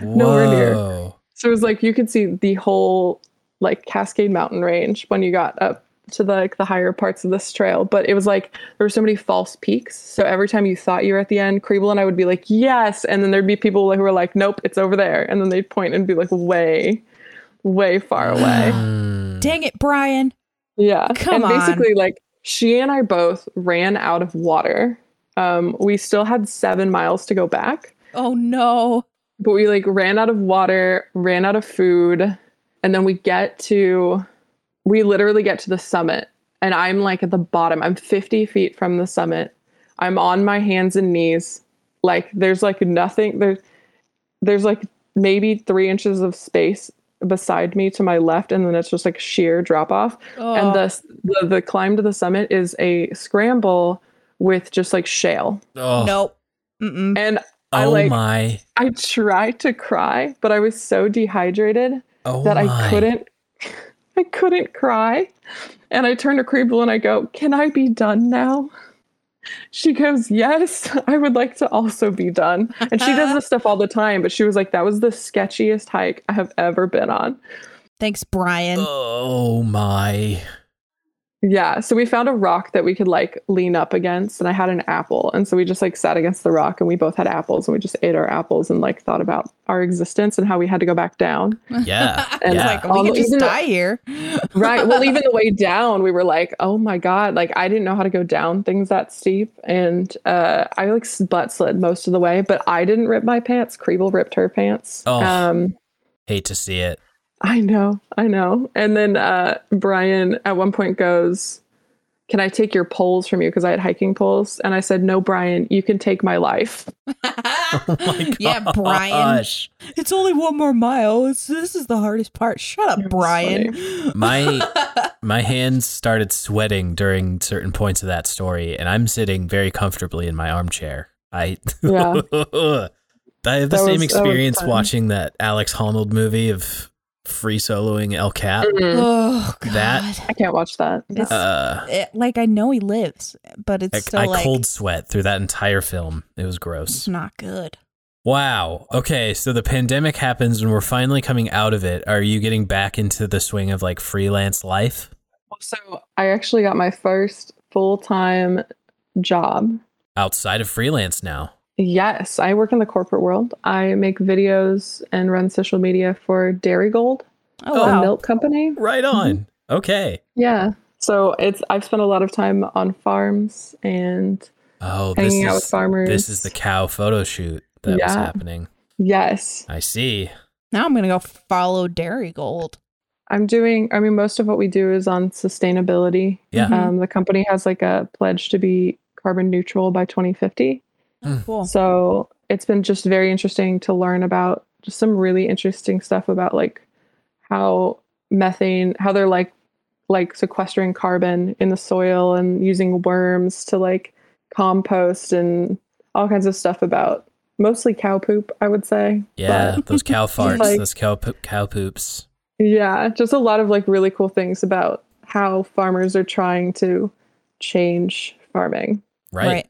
nowhere near. Whoa. so it was like you could see the whole like Cascade Mountain range when you got up to the, like the higher parts of this trail. But it was like there were so many false peaks. So every time you thought you were at the end, Kriebel and I would be like, yes. And then there'd be people who were like, nope, it's over there. And then they'd point and be like, way, way far away. Mm. Dang it, Brian. Yeah. Come and on. basically, like, she and I both ran out of water. Um, we still had seven miles to go back, Oh no. but we like ran out of water, ran out of food, and then we get to, we literally get to the summit, and I'm like at the bottom. I'm 50 feet from the summit. I'm on my hands and knees. Like, there's like nothing. There's, there's like maybe three inches of space beside me to my left, and then it's just like sheer drop off Oh. and the, the the climb to the summit is a scramble with just like shale Oh, nope. Mm-mm. and I, oh like- my. i tried to cry but i was so dehydrated Oh that my. i couldn't i couldn't cry and i turned to Creeble and i go can i be done now she goes yes i would like to also be done and she does this stuff all the time but she was like that was the sketchiest hike i have ever been on Thanks, Brian. Oh my. Yeah, so we found a rock that we could like lean up against, and I had an apple. And so we just like sat against the rock, and we both had apples, and we just ate our apples and like thought about our existence and how we had to go back down. Yeah. It's And yeah. like we Um, could just even- die here. Right. Well, even the way down, we were like, oh my God, like I didn't know how to go down things that steep. And uh, I like s- butt slid most of the way, but I didn't rip my pants. Kreebel ripped her pants. Oh. Um, Hate to see it. I know, I know. And then uh, Brian at one point goes, Can I take your poles from you? Because I had hiking poles. And I said, No, Brian, you can take my life. Oh my yeah, Brian. gosh. It's only one more mile. It's, this is the hardest part. Shut up, You're Brian. My my hands started sweating during certain points of that story, and I'm sitting very comfortably in my armchair. I Yeah. I have the That same was- that was experience fun. watching that Alex Honnold movie of free soloing El Cap. oh god. That- I can't watch that. No. It's- Uh, It- like I know he lives, but it's I, still I like cold sweat through that entire film. It was it's gross. not good. Wow. Okay, so the pandemic happens and we're finally coming out of it. Are you getting back into the swing of like freelance life? so I actually got my first full time job. Outside of freelance now. Yes, I work in the corporate world. I make videos and run social media for Dairy Gold, Oh, the wow. milk company. Right on. Okay. Yeah. So it's I've spent a lot of time on farms and Oh, this hanging out with is farmers. this is the cow photo shoot that was Yeah. happening. yes. I see. Now I'm gonna go follow Dairy Gold. I'm doing, I mean, most of what we do is on sustainability. Yeah. Mhm. Um, the company has like a pledge to be carbon neutral by 2050. Mm. Cool. So it's been just very interesting to learn about just some really interesting stuff about like how methane, how they're like, like sequestering carbon in the soil and using worms to like compost and all kinds of stuff about mostly cow poop, I would say. Yeah, But- those cow farts, Like- those cow poop, cow poops. Yeah, just a lot of like really cool things about how farmers are trying to change farming. Right.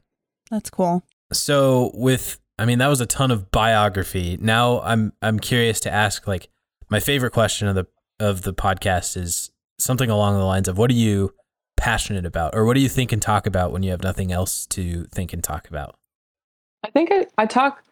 That's cool. So with I mean that was a ton of biography. Now I'm I'm curious to ask like my favorite question of the of the podcast is something along the lines of what are you passionate about or what do you think and talk about when you have nothing else to think and talk about? I think I, I talk,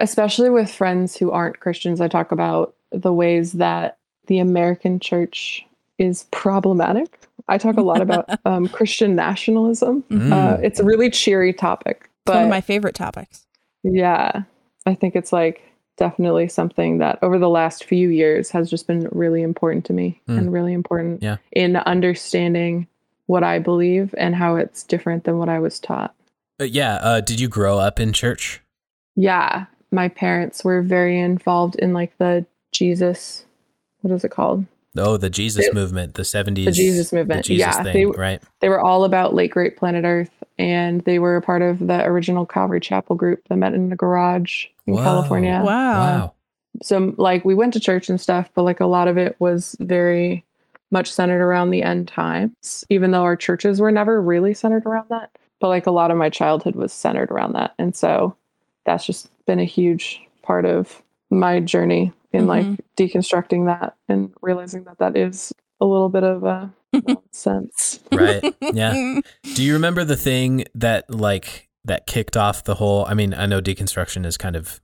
especially with friends who aren't Christians, I talk about the ways that the American church is problematic. I talk a lot about um, Christian nationalism. Mhm. Mm. Uh, it's a really cheery topic, It's one but of my favorite topics. Yeah. I think it's like definitely something that over the last few years has just been really important to me Mm. and really important Yeah. in understanding what I believe and how it's different than what I was taught. Uh, yeah, uh, did you grow up in church? Yeah. My parents were very involved in like the Jesus, what is it called? Oh, the Jesus The- movement, the 70s. Jesus movement, The Jesus yeah, thing, they- right? They were all about late great planet Earth and they were a part of the original Calvary Chapel group that met in a garage in Whoa. California. Wow. Wow. so like we went to church and stuff but like a lot of it was very much centered around the end times even though our churches were never really centered around that but like a lot of my childhood was centered around that and so that's just been a huge part of my journey in like deconstructing that and realizing that that is a little bit of a nonsense Right. Yeah. Do you remember the thing that like that kicked off the whole? I mean, I know deconstruction is kind of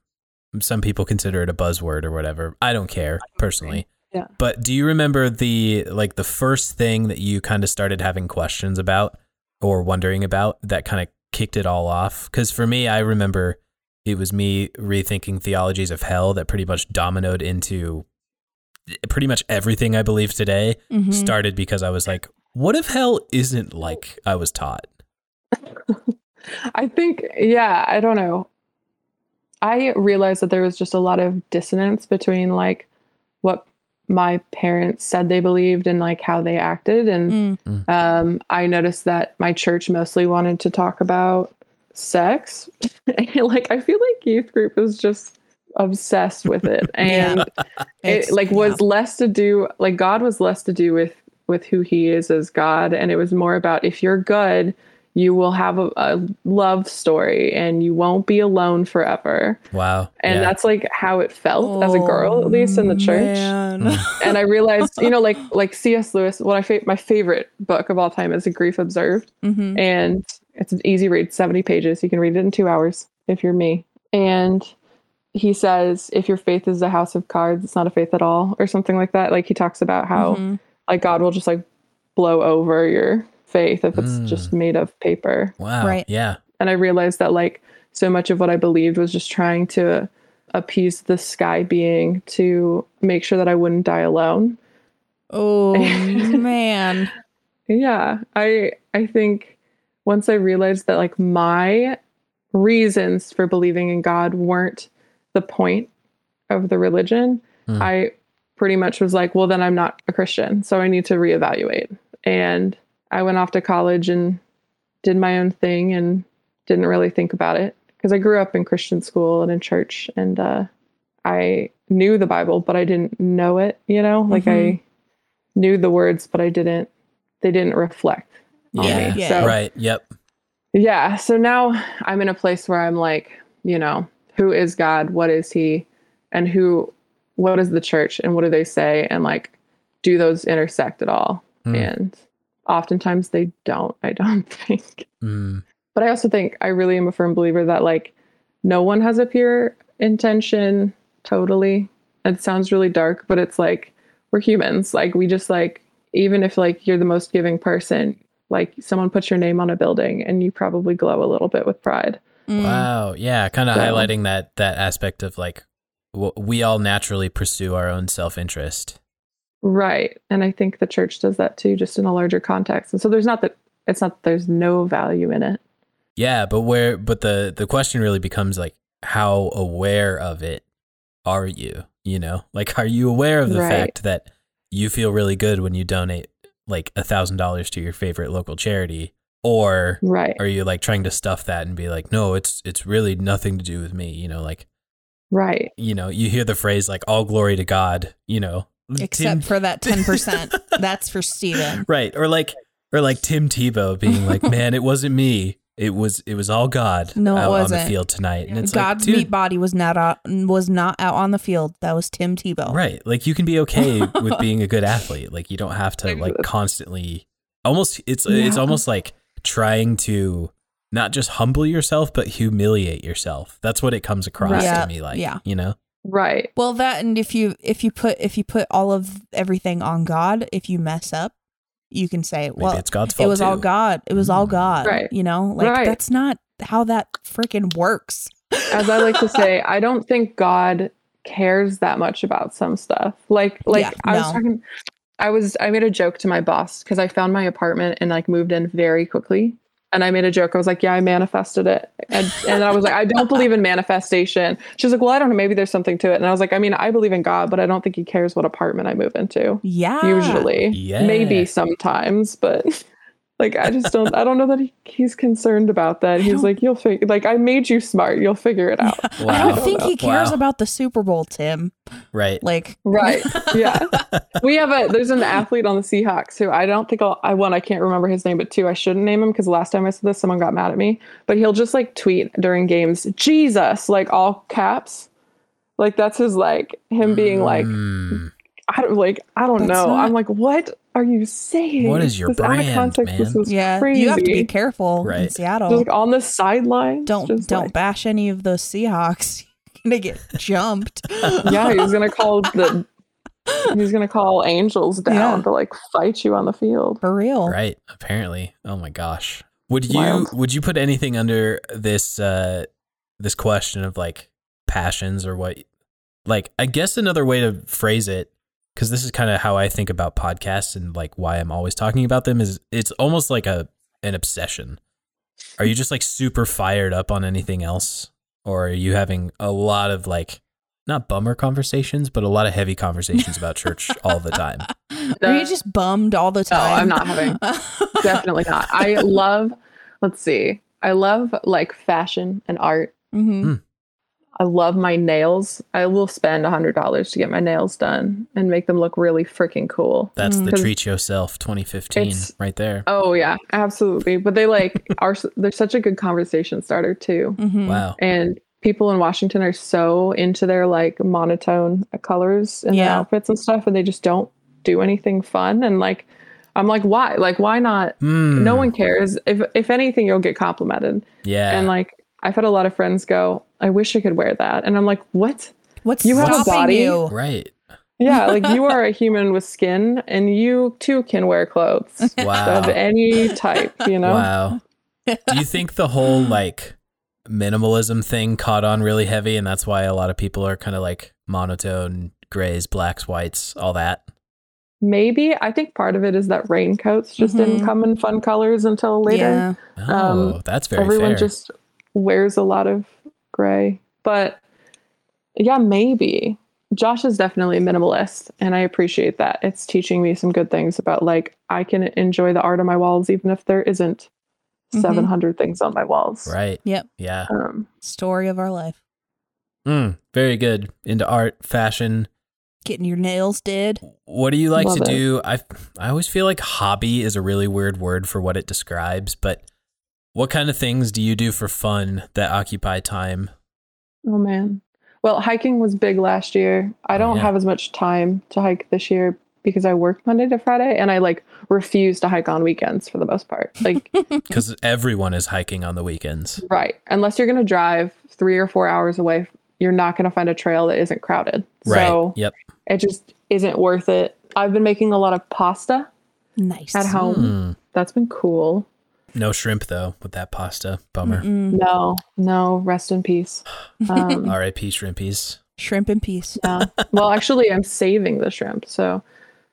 some people consider it a buzzword or whatever. I don't care personally. Yeah. But do you remember the like the first thing that you kind of started having questions about or wondering about that kind of kicked it all off? Because for me, I remember it was me rethinking theologies of hell that pretty much dominoed into eh, pretty much everything I believe today. Mhm. Started because I was like, what if hell isn't like I was taught? I think, yeah, I don't know. I realized that there was just a lot of dissonance between like what my parents said they believed and like how they acted. And Mm. um, I noticed that my church mostly wanted to talk about sex. And, like, I feel like youth group was just obsessed with it. And it It's- like yeah. was less to do like god was less to do with with who he is as god and it was more about if you're good you will have a, a love story and you won't be alone forever Wow. and Yeah. that's like how it felt as a Oh, girl at least in the church man. and i realized you know like like cs lewis one of my, fa- my favorite book of all time is a grief observed Mhm. and it's an easy read 70 pages you can read it in two hours if you're me and he says if your faith is a house of cards it's not a faith at all or something like that like he talks about how Mhm. like god will just like blow over your faith if it's just made of paper wow. Right. Yeah. and i realized that like so much of what i believed was just trying to appease the sky being to make sure that i wouldn't die alone Oh man. Yeah, I I think once I realized that like my reasons for believing in God weren't the point of the religion, Hmm. I pretty much was like, well then I'm not a Christian, so I need to reevaluate. And I went off to college and did my own thing and didn't really think about it because I grew up in Christian school and in church and uh I knew the Bible, but I didn't know it, you know? Like Mhm. I knew the words, but I didn't they didn't reflect on Yeah. me. Yeah. So Right. Yep. yeah. So now I'm in a place where I'm like, you know, who is God? What is he? And who what is the church and what do they say? And like, do those intersect at all? Hmm. And oftentimes they don't, I don't think. Mm. But I also think I really am a firm believer that like no one has a pure intention totally. It sounds really dark, but it's like we're humans. Like we just like even if like you're the most giving person, like someone puts your name on a building and you probably glow a little bit with pride. Mm. Wow. Yeah. Kind of So- highlighting that that aspect of like w- we all naturally pursue our own self interest. Right. And I think the church does that too, just in a larger context. And so there's not that it's not that there's no value in it. Yeah, but where but the the question really becomes like how aware of it are you, you know? Like are you aware of the Right. fact that you feel really good when you donate like a thousand dollars to your favorite local charity? Or Right. are you like trying to stuff that and be like, no, it's it's really nothing to do with me, you know, like Right. you know, you hear the pase like all glory to God, you know. Tim- Except for that ten percent. That's for Steven. Right. Or like or like Tim Tebow being like, Man, it wasn't me. It was it was all God No, it out on wasn't. the field tonight. And it's God's like, dude, meat body was not out, was not out on the field. That was Tim Tebow. Right. Like you can be okay with being a good athlete. Like you don't have to like constantly almost it's it's Yeah. almost like trying to not just humble yourself but humiliate yourself. That's what it comes across Yeah. to me like, Yeah. you know. Right. Well, that and if you if you put if you put all of everything on God, if you mess up, you can say, Maybe "Well, it's God's fault it was all too. God. It was all Mm. God." Right. You know, like Right. that's not how that freaking works. as I like to say, I don't think God cares that much about some stuff. Like like Yeah, I was no. talking I was I made a joke to my boss because I found my apartment and like moved in very quickly. And I made a joke. I was like, "Yeah, I manifested it," and, and I was like, "I don't believe in manifestation." She was like, "Well, I don't know. Maybe there's something to it." And I was like, "I mean, I believe in God, but I don't think He cares what apartment I move into. Yeah. Usually, Yeah. maybe sometimes, but like I just don't. I don't know that he, he's concerned about that. He's like, "You'll figure." Like I made you smart. You'll figure it out. I Wow. don't think he cares Wow. about the Super Bowl, Tim. Right. Like, Right. Yeah. we have a there's an athlete on the Seahawks who I don't think I'll I one, I can't remember his name, but two, I shouldn't name him because last time I said this, someone got mad at me. But he'll just like tweet during games, Jesus, like all caps. Like that's his like him being like Mm. I don't like I don't That's know. not- I'm like, what are you saying? What is your This out of brand, context, This man? was yeah, crazy. you have to be careful in Right. Seattle. Just, like on the sidelines. don't just, don't like- bash any of those Seahawks. You're gonna get jumped. yeah, he was gonna call the He's gonna call angels down Yeah. to like fight you on the field. For real. Right, apparently. Oh my gosh. Would you Wild. would you put anything under this uh this question of like passions or what like I guess another way to phrase it cuz this is kind of how I think about podcasts and like why I'm always talking about them is it's almost like a an obsession. Are you just like super fired up on anything else or are you having a lot of like not bummer conversations but a lot of heavy conversations about church all the time? Are you just bummed all the No, time? Oh, I'm not having- having. Definitely not. I love. Let's see. I love like fashion and art. Mm. hmm I love my nails. I will spend hundred dollars to get my nails done and make them look really freaking cool. That's the Mm. treat yourself 2015 It's- right there. Oh yeah, absolutely. But they like are they're such a good conversation starter too. hmm Wow. And people in Washington are so into their like monotone colors and their Yeah. outfits and stuff, and they just don't do anything fun. And like, I'm like, why? Like, why not? Hmm. Mm. No one cares. If if anything, you'll get complimented. Yeah. And like, I've had a lot of friends go, "I wish I could wear that," and I'm like, what? What's You have a stopping body? you? right. Yeah, like you are a human with skin, and you too can wear clothes of Wow. any type. You know, Wow. Do you think the whole like minimalism thing caught on really heavy and that's why a lot of people are kind of like monotone, grays, blacks, whites, all that? maybe I think part of it is that raincoats just Mhm. didn't come in fun colors until later. Yeah. Oh, that's very Um, Everyone fair. just wears a lot of gray, but yeah, maybe Josh is definitely a minimalist, and I appreciate that. It's teaching me some good things about like I can enjoy the art on my walls even if there isn't Mhm. 700 things on my walls. right. Yep. Yeah. Um, Story of our life. Mm, very good. Into art, fashion. Getting your nails did. What do you like Love to it. do? I I always feel like hobby is a really weird word for what it describes, but what kind of things do you do for fun that occupy time? Oh man. Well, hiking was big last year. I Oh, don't yeah. have as much time to hike this year because I work Monday to Friday and I like refuse to hike on weekends for the most part. Like Because everyone is hiking on the weekends. right, unless you're going to drive 3 or 4 hours away, you're not going to find a trail that isn't crowded. Right. So, yep. it just isn't worth it. I've been making a lot of pasta Nice. at home. Hmm. That's been cool. No shrimp though with that pasta. Bummer. Mm-mm. No. No, rest in peace. Um, R.I.P. Shrimpies. Shrimp in peace. yeah. Well, actually I'm saving the shrimp. So,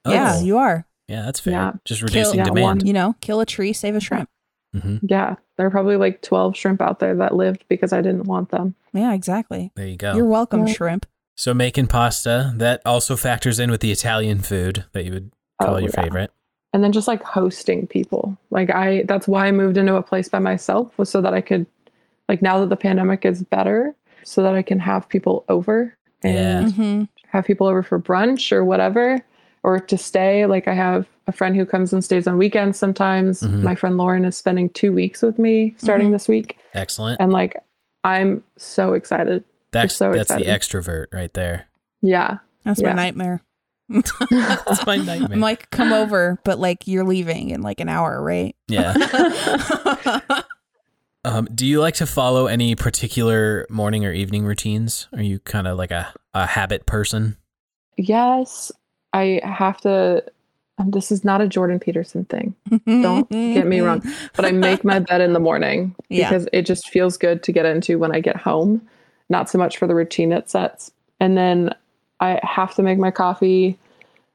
Oh, Yeah, you are. yeah, that's fair. Yeah. Just Kill- reducing Yeah, demand. You know, kill a tree, save a shrimp. hmm yeah, there are probably like 12 shrimp out there that lived because I didn't want them. Yeah, exactly. There you go. You're welcome, Yeah. shrimp. so making pasta that also factors in with the Italian food that you would call Oh, your yeah. favorite. and then just like hosting people like i that's why i moved into a place by myself was so that i could like now that the pandemic is better so that i can have people over and hmm have people over for brunch or whatever or to stay like i have a friend who comes and stays on weekends sometimes Mhm. my friend lauren is spending two weeks with me starting this week Excellent. and like i'm so excited That's so that's the excited. extrovert right there. yeah That's my Yeah. nightmare. That's my nightmare. I'm like, come over, but like you're leaving in like an hour, right? yeah. Um, do you like to follow any particular morning or evening routines? Are you kind of like a, a habit person? yes i have to um, this is not a jordan peterson thing Don't get me wrong, but I make my bed in the morning Yeah. because it just feels good to get into when I get home, not so much for the routine it sets. And then I have to make my coffee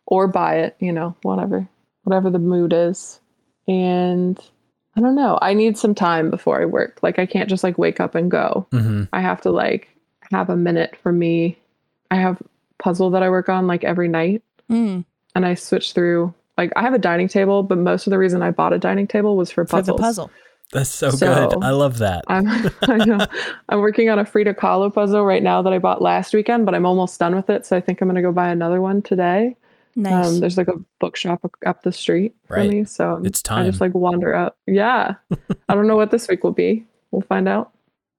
or buy it, you know, whatever, whatever the mood is. And I don't know, I need some time before I work. Like I can't just like wake up and go. Mm-hmm. I have to like have a minute for me. I have puzzle that I work on like every night Mm, and I switch through like I have a dining table, but most of the reason I bought a dining table was for for puzzles. the puzzle. That's so, So- good. I love that. I'm, I know. I'm working on a Frida Kahlo puzzle right now that I bought last weekend, but I'm almost done with it. So I think I'm going to go buy another one today. Nice. Um, there's like a bookshop up- up the street Right. for me. So I'm- It's I time. just like wander up. Yeah. I don't know what this week will be. We'll find out.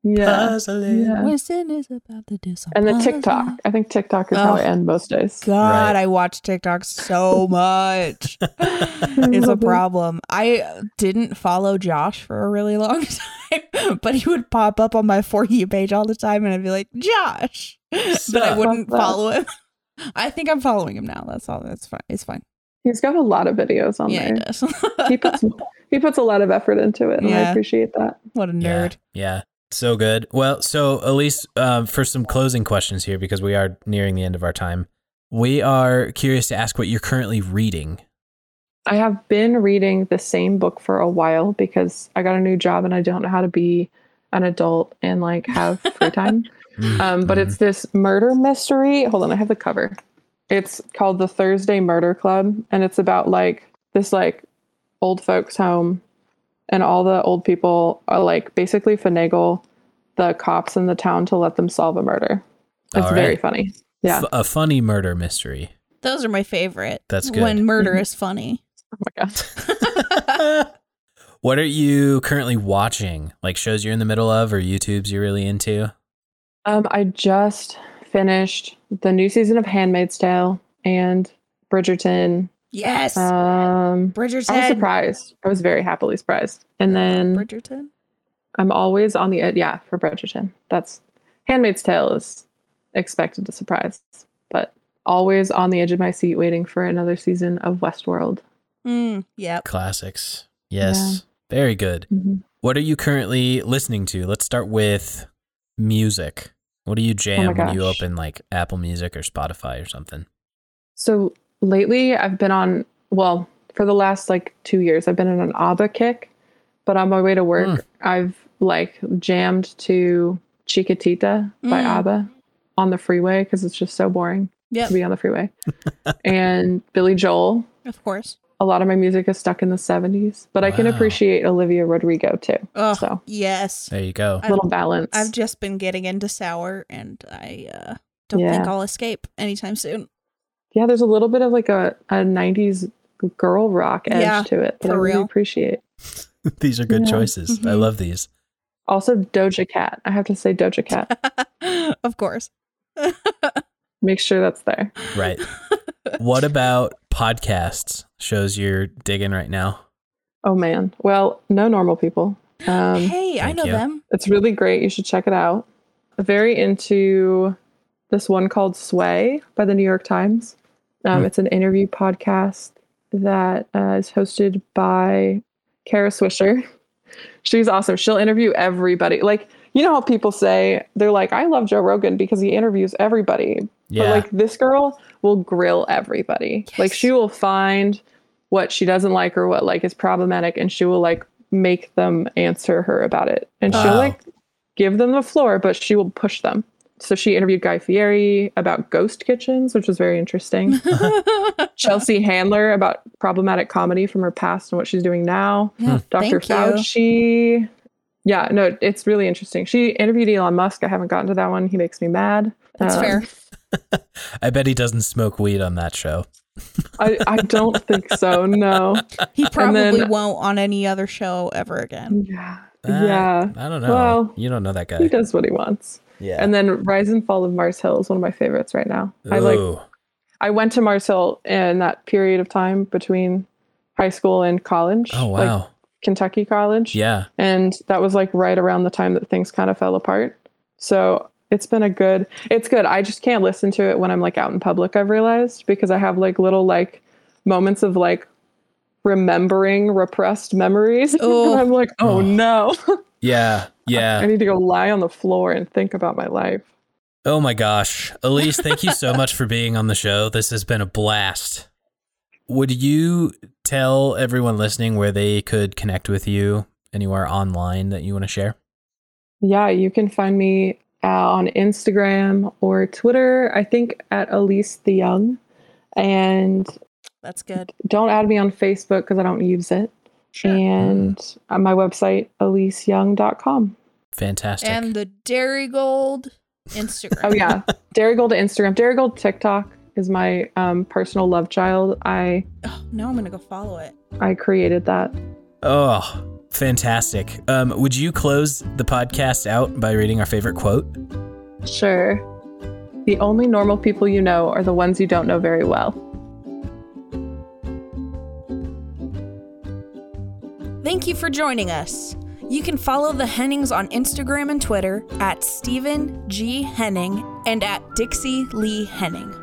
Yeah. Puzzling. yeah. Winston is about to do something. And then TikTok. I think TikTok is how I Oh. end most days. Right. God, I watch TikTok so much. it's a problem. I didn't follow Josh for a really long time, but he would pop up on my For You page all the time, and I'd be like, Josh. But I Sup? wouldn't Pop up. follow him. I think I'm following him now. That's all. That's fine. It's fine. He's got a lot of videos on yeah, there. he does. He puts he puts a lot of effort into it, and I Yeah. appreciate that. what a nerd. Yeah, yeah. So good. Well, so Elise, um, for some closing questions here, because we are nearing the end of our time, we are curious to ask what you're currently reading. I have been reading the same book for a while because I got a new job and I don't know how to be an adult and like have free time. Um, Mm-hmm. but it's this murder mystery. Hold on, I have the cover. It's called the Thursday Murder Club, and it's about like this like old folks home, and all the old people are like basically finagle the cops in the town to let them solve a murder. It's All very right. funny. Yeah. F- a funny murder mystery. Those are my favorite. That's good. When murder is funny. Oh my gosh. what are you currently watching? Like shows you're in the middle of, or YouTubes you're really into? Um, I just finished the new season of Handmaid's Tale and Bridgerton. Yes. Um, Bridgerton. I was surprised. I was very happily surprised. And then Bridgerton. I'm always on the ed- yeah for Bridgerton. That's Handmaid's Tale is expected to surprise, but always on the edge of my seat waiting for another season of Westworld. Mm, yep. Classics. Yes. Very good. Mm-hmm. What are you currently listening to? Let's start with music. What do you jam when you Oh gosh. open like Apple Music or Spotify or something? So lately, I've been on well for the last like two years. I've been on an ABBA kick, but on my way to work, Mm. Hmm. I've like jammed to Chiquitita by Mm. ABBA on the freeway because it's just so boring Yep. to be on the freeway, and Billy Joel. Of course. a lot of my music is stuck in the 70s, but I can Wow. appreciate Olivia Rodrigo too. Oh, So. yes. There you go. I- A little balance. I've just been getting into sour and I uh, don't Yeah. think I'll escape anytime soon. yeah, there's a little bit of like a, a 90s girl rock edge Yeah, to it that I for really real. appreciate. these are good Yeah. Mm-hmm. choices. I Mhm. love these. Also, Doja Cat. I have to say Doja Cat. of course. Make sure that's there. Right. what about podcasts? Shows you're digging right now? Oh man. Well, no normal people. Um, hey, I thank know you. them. It's really great. You should check it out. Very into this one called Sway by the New York Times. Um, Hmm. It's an interview podcast that uh, is hosted by Kara Swisher. She's awesome. She'll interview everybody. Like, you know how people say, they're like, I love Joe Rogan because he interviews everybody. But Yeah. like this girl will grill everybody. Like Yes. she will find what she doesn't like or what like is problematic and she will like make them answer her about it. And she'll Wow. like give them the floor, but she will push them. So she interviewed Guy Fieri about ghost kitchens, which was very interesting. Chelsea Handler about problematic comedy from her past and what she's doing now. Yeah, Dr. Thank Fauci. Yeah, no, it's really interesting. She interviewed Elon Musk. I haven't gotten to that one. He makes me mad. That's Um, fair. I bet he doesn't smoke weed on that show. I, I don't think so. No. He Um, and then- Mm, probably won't on any other show ever again. Yeah. Uh, yeah. I don't know. Well, you don't know that guy. He does what he wants. Yeah. And then Rise and Fall of Mars Hill is one of my favorites right now. I like. Ooh. I went to Mars Hill in that period of time between high school and college. Oh like wow. Kentucky College. yeah. And that was like right around the time that things kind of fell apart. So it's been a good. It's good. I just can't listen to it when I'm like out in public. I've realized because I have like little like moments of like remembering repressed memories. Oh. and I'm like, oh Oh. no. Yeah. I Yeah. need to go lie on the floor and think about my life. Oh my gosh. Elise, thank you so much for being on the show. This has been a blast. Would you tell everyone listening where they could connect with you anywhere online that you want to share? Yeah, you can find me uh, on Instagram or Twitter, I think at Elise the Young. And That's good. don't add me on Facebook because I don't use it. And uh, my website, eliseyoung.com. Fantastic. And the Dairy Gold Instagram. Oh, yeah. Dairygold to Instagram. Dairygold TikTok is my um, personal love child. I, Oh, now I'm gonna go follow it. I created that. oh, fantastic. Um, would you close the podcast out by reading our favorite quote? Sure. The only normal people you know are the ones you don't know very well. Thank you for joining us. You can follow the Hennings on Instagram and Twitter at Stephen G. Henning and at Dixie Lee Henning.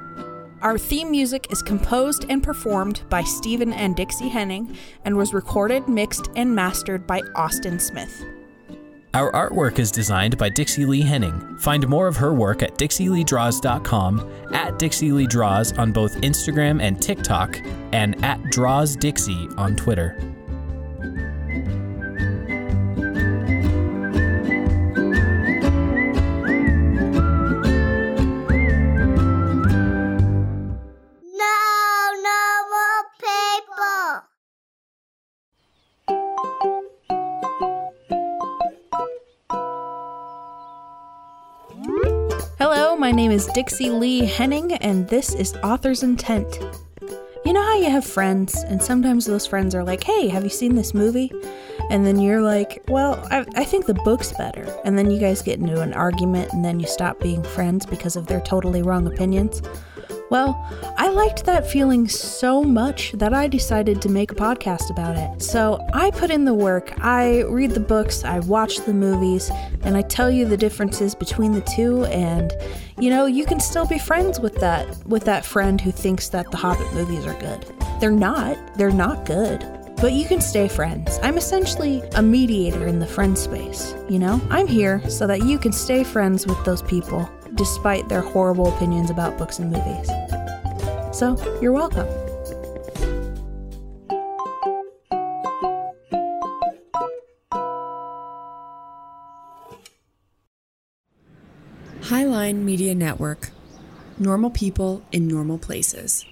Our theme music is composed and performed by Stephen and Dixie Henning and was recorded, mixed, and mastered by Austin Smith. Our artwork is designed by Dixie Lee Henning. Find more of her work at dixieleedraws.com, at Dixie Lee Draws on both Instagram and TikTok, and at Draws Dixie on Twitter. No, no more people. Hello, my name is Dixie Lee Henning, and this is Author's Intent. You know how you have friends, and sometimes those friends are like, hey, have you seen this movie? And then you're like, well, I, I think the book's better. And then you guys get into an argument, and then you stop being friends because of their totally wrong opinions. Well, I liked that feeling so much that I decided to make a podcast about it. So I put in the work, I read the books, I watch the movies, and I tell you the differences between the two and you know, you can still be friends with that with that friend who thinks that the Hobbit movies are good. They're not. They're not good. But you can stay friends. I'm essentially a mediator in the friend space, you know? I'm here so that you can stay friends with those people despite their horrible opinions about books and movies. So, you're welcome. Highline Media Network. Normal people in normal places.